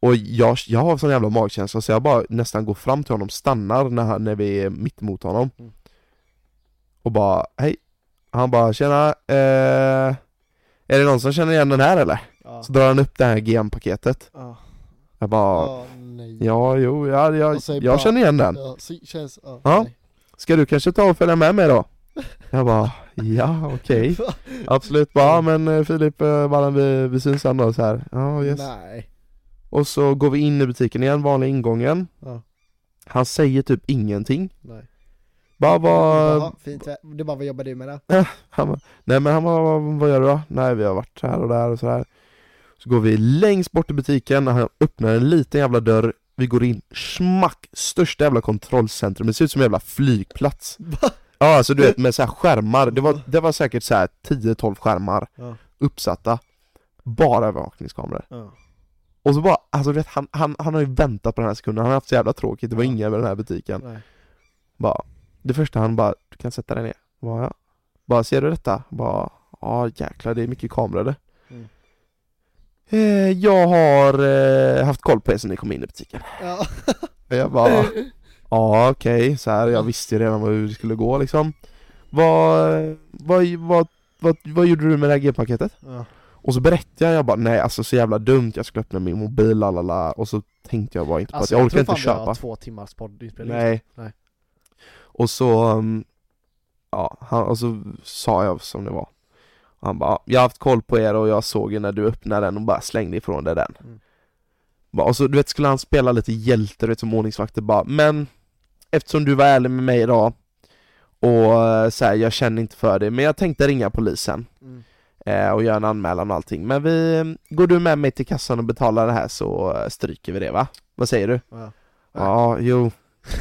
Speaker 2: Och jag, jag har sån jävla magkänsla så jag bara nästan går fram till honom, stannar när, han, när vi är mitt emot honom.
Speaker 1: Mm.
Speaker 2: Och bara hej. Han bara tjena, eh, är det någon som känner igen den här eller?
Speaker 1: Ja.
Speaker 2: Så drar han upp det här GM-paketet.
Speaker 1: Ja.
Speaker 2: Jag bara
Speaker 1: Ja, nej.
Speaker 2: ja, jo, ja, jag,
Speaker 1: Och säger
Speaker 2: jag,
Speaker 1: bara-
Speaker 2: känner igen den.
Speaker 1: Ja, så känns... Ja.
Speaker 2: Ja.
Speaker 1: nej.
Speaker 2: Ska du kanske ta och följa med mig då? Jag bara ja, okej.
Speaker 1: [LAUGHS]
Speaker 2: Absolut, bara ja, men eh, Filip eh, Wallen vi, vi syns sen då så här. Ja yes.
Speaker 1: Nej.
Speaker 2: Och så går vi in i butiken igen, vanliga ingången
Speaker 1: Ja.
Speaker 2: Han säger typ ingenting
Speaker 1: Nej.
Speaker 2: Bara
Speaker 1: Jaha,
Speaker 2: vad,
Speaker 1: fint. Det är bara vad jobbar du med
Speaker 2: [LAUGHS]
Speaker 1: då?
Speaker 2: han, bara, nej men han bara, vad gör du då? Nej vi har varit här och där och så här Så går vi längst bort i butiken, han öppnar en liten jävla dörr Vi går in, smack! Största jävla kontrollcentrum, det ser ut som en jävla flygplats
Speaker 1: Va?
Speaker 2: Ja alltså du vet med så här skärmar, det var, det var säkert så här 10-12 skärmar
Speaker 1: Ja.
Speaker 2: uppsatta Bara övervakningskameror
Speaker 1: Ja.
Speaker 2: Och så bara, alltså du vet, han, han, han har ju väntat på den här sekunden, han har haft så jävla tråkigt, det var
Speaker 1: Ja.
Speaker 2: inga med den här butiken
Speaker 1: Nej.
Speaker 2: bara, Det första han bara, du kan sätta dig ner, bara ja Bara, ser du detta? Bara, ja jäklar det är mycket kameror det
Speaker 1: Mm.
Speaker 2: eh, Jag har eh, haft koll på er sen ni kom in i butiken
Speaker 1: Ja.
Speaker 2: Och
Speaker 1: [LAUGHS]
Speaker 2: Jag bara,
Speaker 1: Mm.
Speaker 2: ja okej, så här, jag visste ju redan hur det skulle gå liksom Vad, vad, vad, vad, vad gjorde du med det här G-paketet?
Speaker 1: ja.
Speaker 2: Och så berättade jag, jag bara nej alltså så jävla dumt, jag skulle öppna min mobil lalala Och så tänkte jag bara inte på
Speaker 1: Alltså,
Speaker 2: att jag,
Speaker 1: tror
Speaker 2: orkar inte
Speaker 1: fan vi har
Speaker 2: köpa
Speaker 1: två timmars poddinspelning.
Speaker 2: Nej.
Speaker 1: Nej.
Speaker 2: Och så, um, ja, han, och så sa jag som det var Och Han bara, jag har haft koll på er och jag såg ju när du öppnade den och bara slängde ifrån dig den
Speaker 1: Mm.
Speaker 2: bara, Och så du vet, skulle han spela lite hjälte du vet, som ordningsvakter bara, men eftersom du var ärlig med mig idag och eh, så här, jag känner inte för det, men jag tänkte ringa polisen
Speaker 1: Mm.
Speaker 2: eh, och göra en anmälan och allting. Men vi, går du med mig till kassan och betalar det här så eh, stryker vi det va? Vad säger du?
Speaker 1: Ja.
Speaker 2: Ja, jo.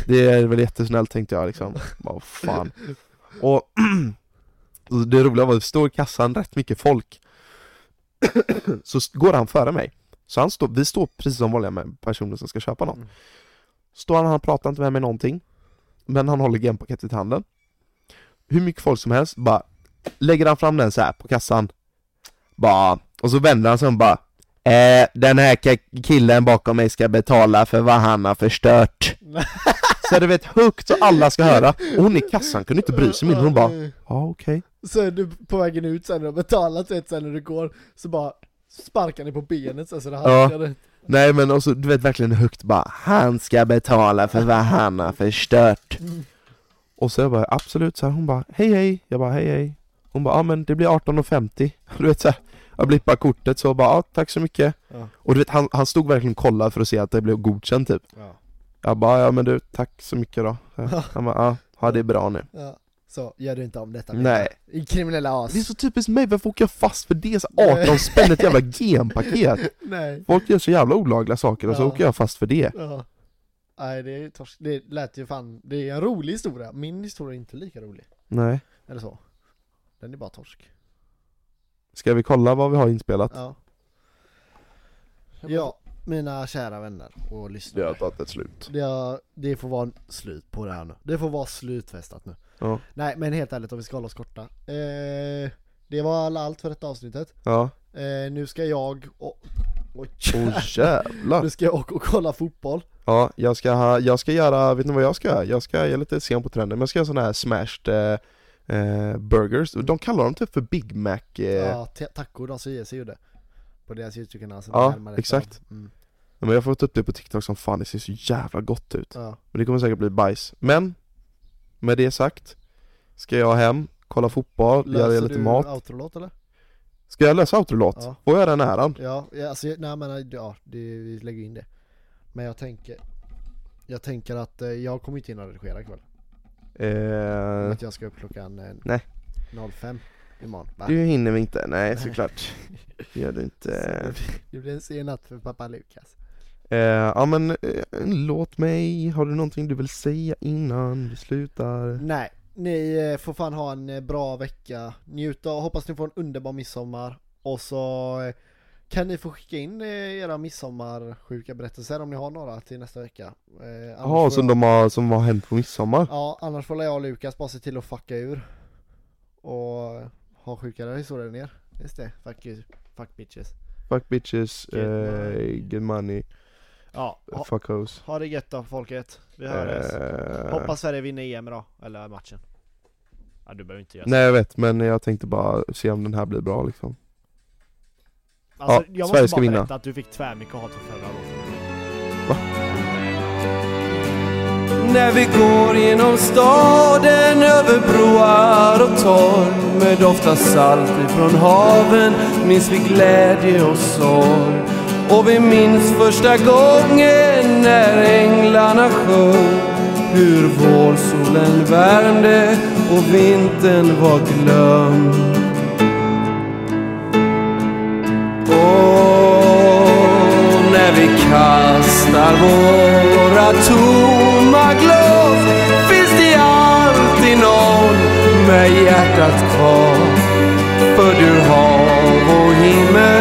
Speaker 2: Det är väl jättesnällt tänkte jag liksom. Vad fan. Och [CLEARS THROAT] det roliga var att det står i kassan rätt mycket folk. [CLEARS THROAT] så st- går han före mig. Så han står, vi står precis som vanliga med personer som ska köpa något.
Speaker 1: Mm.
Speaker 2: Står han, han pratar inte med mig någonting. Men han håller gampaketet i handen. Hur mycket folk som helst bara lägger han fram den så här på kassan. Bara, och så vänder han sig om bara Eh, den här ka- killen bakom mig ska betala för vad han har förstört Så du vet högt så alla ska höra Och hon i kassan kunde inte bry sig mindre, hon bara Ja okej
Speaker 1: Så är du på vägen ut sen och betalat ett sen när du går, så bara sparkar ni på benet sen så det halkar ut.
Speaker 2: Nej men och så du vet verkligen högt bara Han ska betala för vad han har förstört Mm. Och så jag bara absolut så här, hon bara hej hej, jag bara hej hej Hon bara ja men det blir 18.50 [LAUGHS] Du vet så här, jag blippar kortet så bara ja, tack så mycket
Speaker 1: Ja.
Speaker 2: Och du vet han, han stod verkligen och kollade för att se att det blev godkänt typ
Speaker 1: Ja.
Speaker 2: Jag bara ja men du tack så mycket då Så, Han bara ja, ja det är bra nu
Speaker 1: Ja. Så, gör du inte om detta mer.
Speaker 2: Nej
Speaker 1: I kriminella as.
Speaker 2: Det är så typiskt mig, varför åker jag fast för det? Så 18 spänn ett jävla genpaket
Speaker 1: [LAUGHS] Nej.
Speaker 2: Folk gör så jävla olagliga saker och så
Speaker 1: Ja.
Speaker 2: åker jag fast för det
Speaker 1: Ja. Nej, det är torsk. Det lät ju fan, det är en rolig historia. Min historia är inte lika rolig.
Speaker 2: Nej
Speaker 1: Eller så. Den är bara torsk.
Speaker 2: Ska vi kolla vad vi har inspelat?
Speaker 1: Ja. Ja, mina kära vänner och lyssnare.
Speaker 2: Det har tagit ett slut
Speaker 1: Det, har- det får vara slut på det här nu. Det får vara slutfestat nu.
Speaker 2: Ja.
Speaker 1: Nej, men helt ärligt om vi ska hålla oss korta. Eh, det var all- allt för detta avsnittet.
Speaker 2: Ja,
Speaker 1: Eh, nu ska jag och... Oj.
Speaker 2: oh jävlar
Speaker 1: [LAUGHS] nu ska jag och, och kolla fotboll.
Speaker 2: Ja, jag ska, ha, jag ska göra, vet ni vad jag ska göra? Jag ska, jag är lite sen på trenden, men jag ska göra sådana här smashed eh, eh, burgers, de kallar dem typ för Big Mac eh,
Speaker 1: Ja, ta- taco de som JC gjorde. På deras YouTube-kanal. så
Speaker 2: Ja,
Speaker 1: det härmar lite
Speaker 2: exakt.
Speaker 1: av. Mm.
Speaker 2: Men jag har fått upp det på TikTok som fan, det ser så jävla gott ut
Speaker 1: Ja.
Speaker 2: Men det kommer säkert bli bajs, men med det sagt Ska jag hem, kolla fotboll, göra
Speaker 1: Löser
Speaker 2: lite
Speaker 1: du
Speaker 2: mat
Speaker 1: outro-låt eller?
Speaker 2: Ska jag lösa outrolåt?
Speaker 1: Ja.
Speaker 2: Får jag den äran?
Speaker 1: Ja, ja, alltså, nej men ja, det, vi lägger in det. Men jag tänker, jag tänker att eh, jag kommer inte hinna redigera ikväll. Mm.
Speaker 2: Eh,
Speaker 1: Att jag ska upp klockan eh,
Speaker 2: Nej.
Speaker 1: 05 imorgon. Va?
Speaker 2: du hinner vi inte, nej [LAUGHS] såklart Det gör du
Speaker 1: Så det
Speaker 2: inte
Speaker 1: blir- [LAUGHS] Det blir en sen natt för pappa Lukas.
Speaker 2: eh, Ja men, eh, låt mig, har du någonting du vill säga innan vi slutar?
Speaker 1: Nej, ni eh, får fan ha en eh, bra vecka. Njuta och hoppas ni får en underbar midsommar. Och så eh, kan ni få skicka in eh, era midsommarsjuka berättelser om ni har några till nästa vecka. Eh,
Speaker 2: Jaha,
Speaker 1: annars får
Speaker 2: som, de har, som har hänt på midsommar?
Speaker 1: Ja, annars får jag och Lukas bara se till att fucka ur. Och eh, ha sjukare historier ner. Just det, fuck you, fuck bitches.
Speaker 2: Fuck bitches,
Speaker 1: Get
Speaker 2: eh, get money,
Speaker 1: Ja, ha,
Speaker 2: fuck hoes
Speaker 1: ha det gött då folket. Vi hörs.
Speaker 2: eh,
Speaker 1: Hoppas Sverige vinner EM idag, eller matchen. Ja, du behöver inte göra
Speaker 2: Nej jag vet, men jag tänkte bara se om den här blir bra liksom
Speaker 1: så. Alltså,
Speaker 2: ja,
Speaker 1: jag måste
Speaker 2: Sverige
Speaker 1: bara
Speaker 2: ska vinna.
Speaker 1: berätta att du fick tvärmycket hat för förra låten.
Speaker 6: När vi går genom staden över broar och torg Med doft av salt ifrån haven minns vi glädje och sorg Och vi minns första gången när änglarna sjöng Hur vårsolen värmde och vintern var glömd Och när vi kastar våra tomma glas finns det alltid någon med hjärtat kvar. För du hav och himmel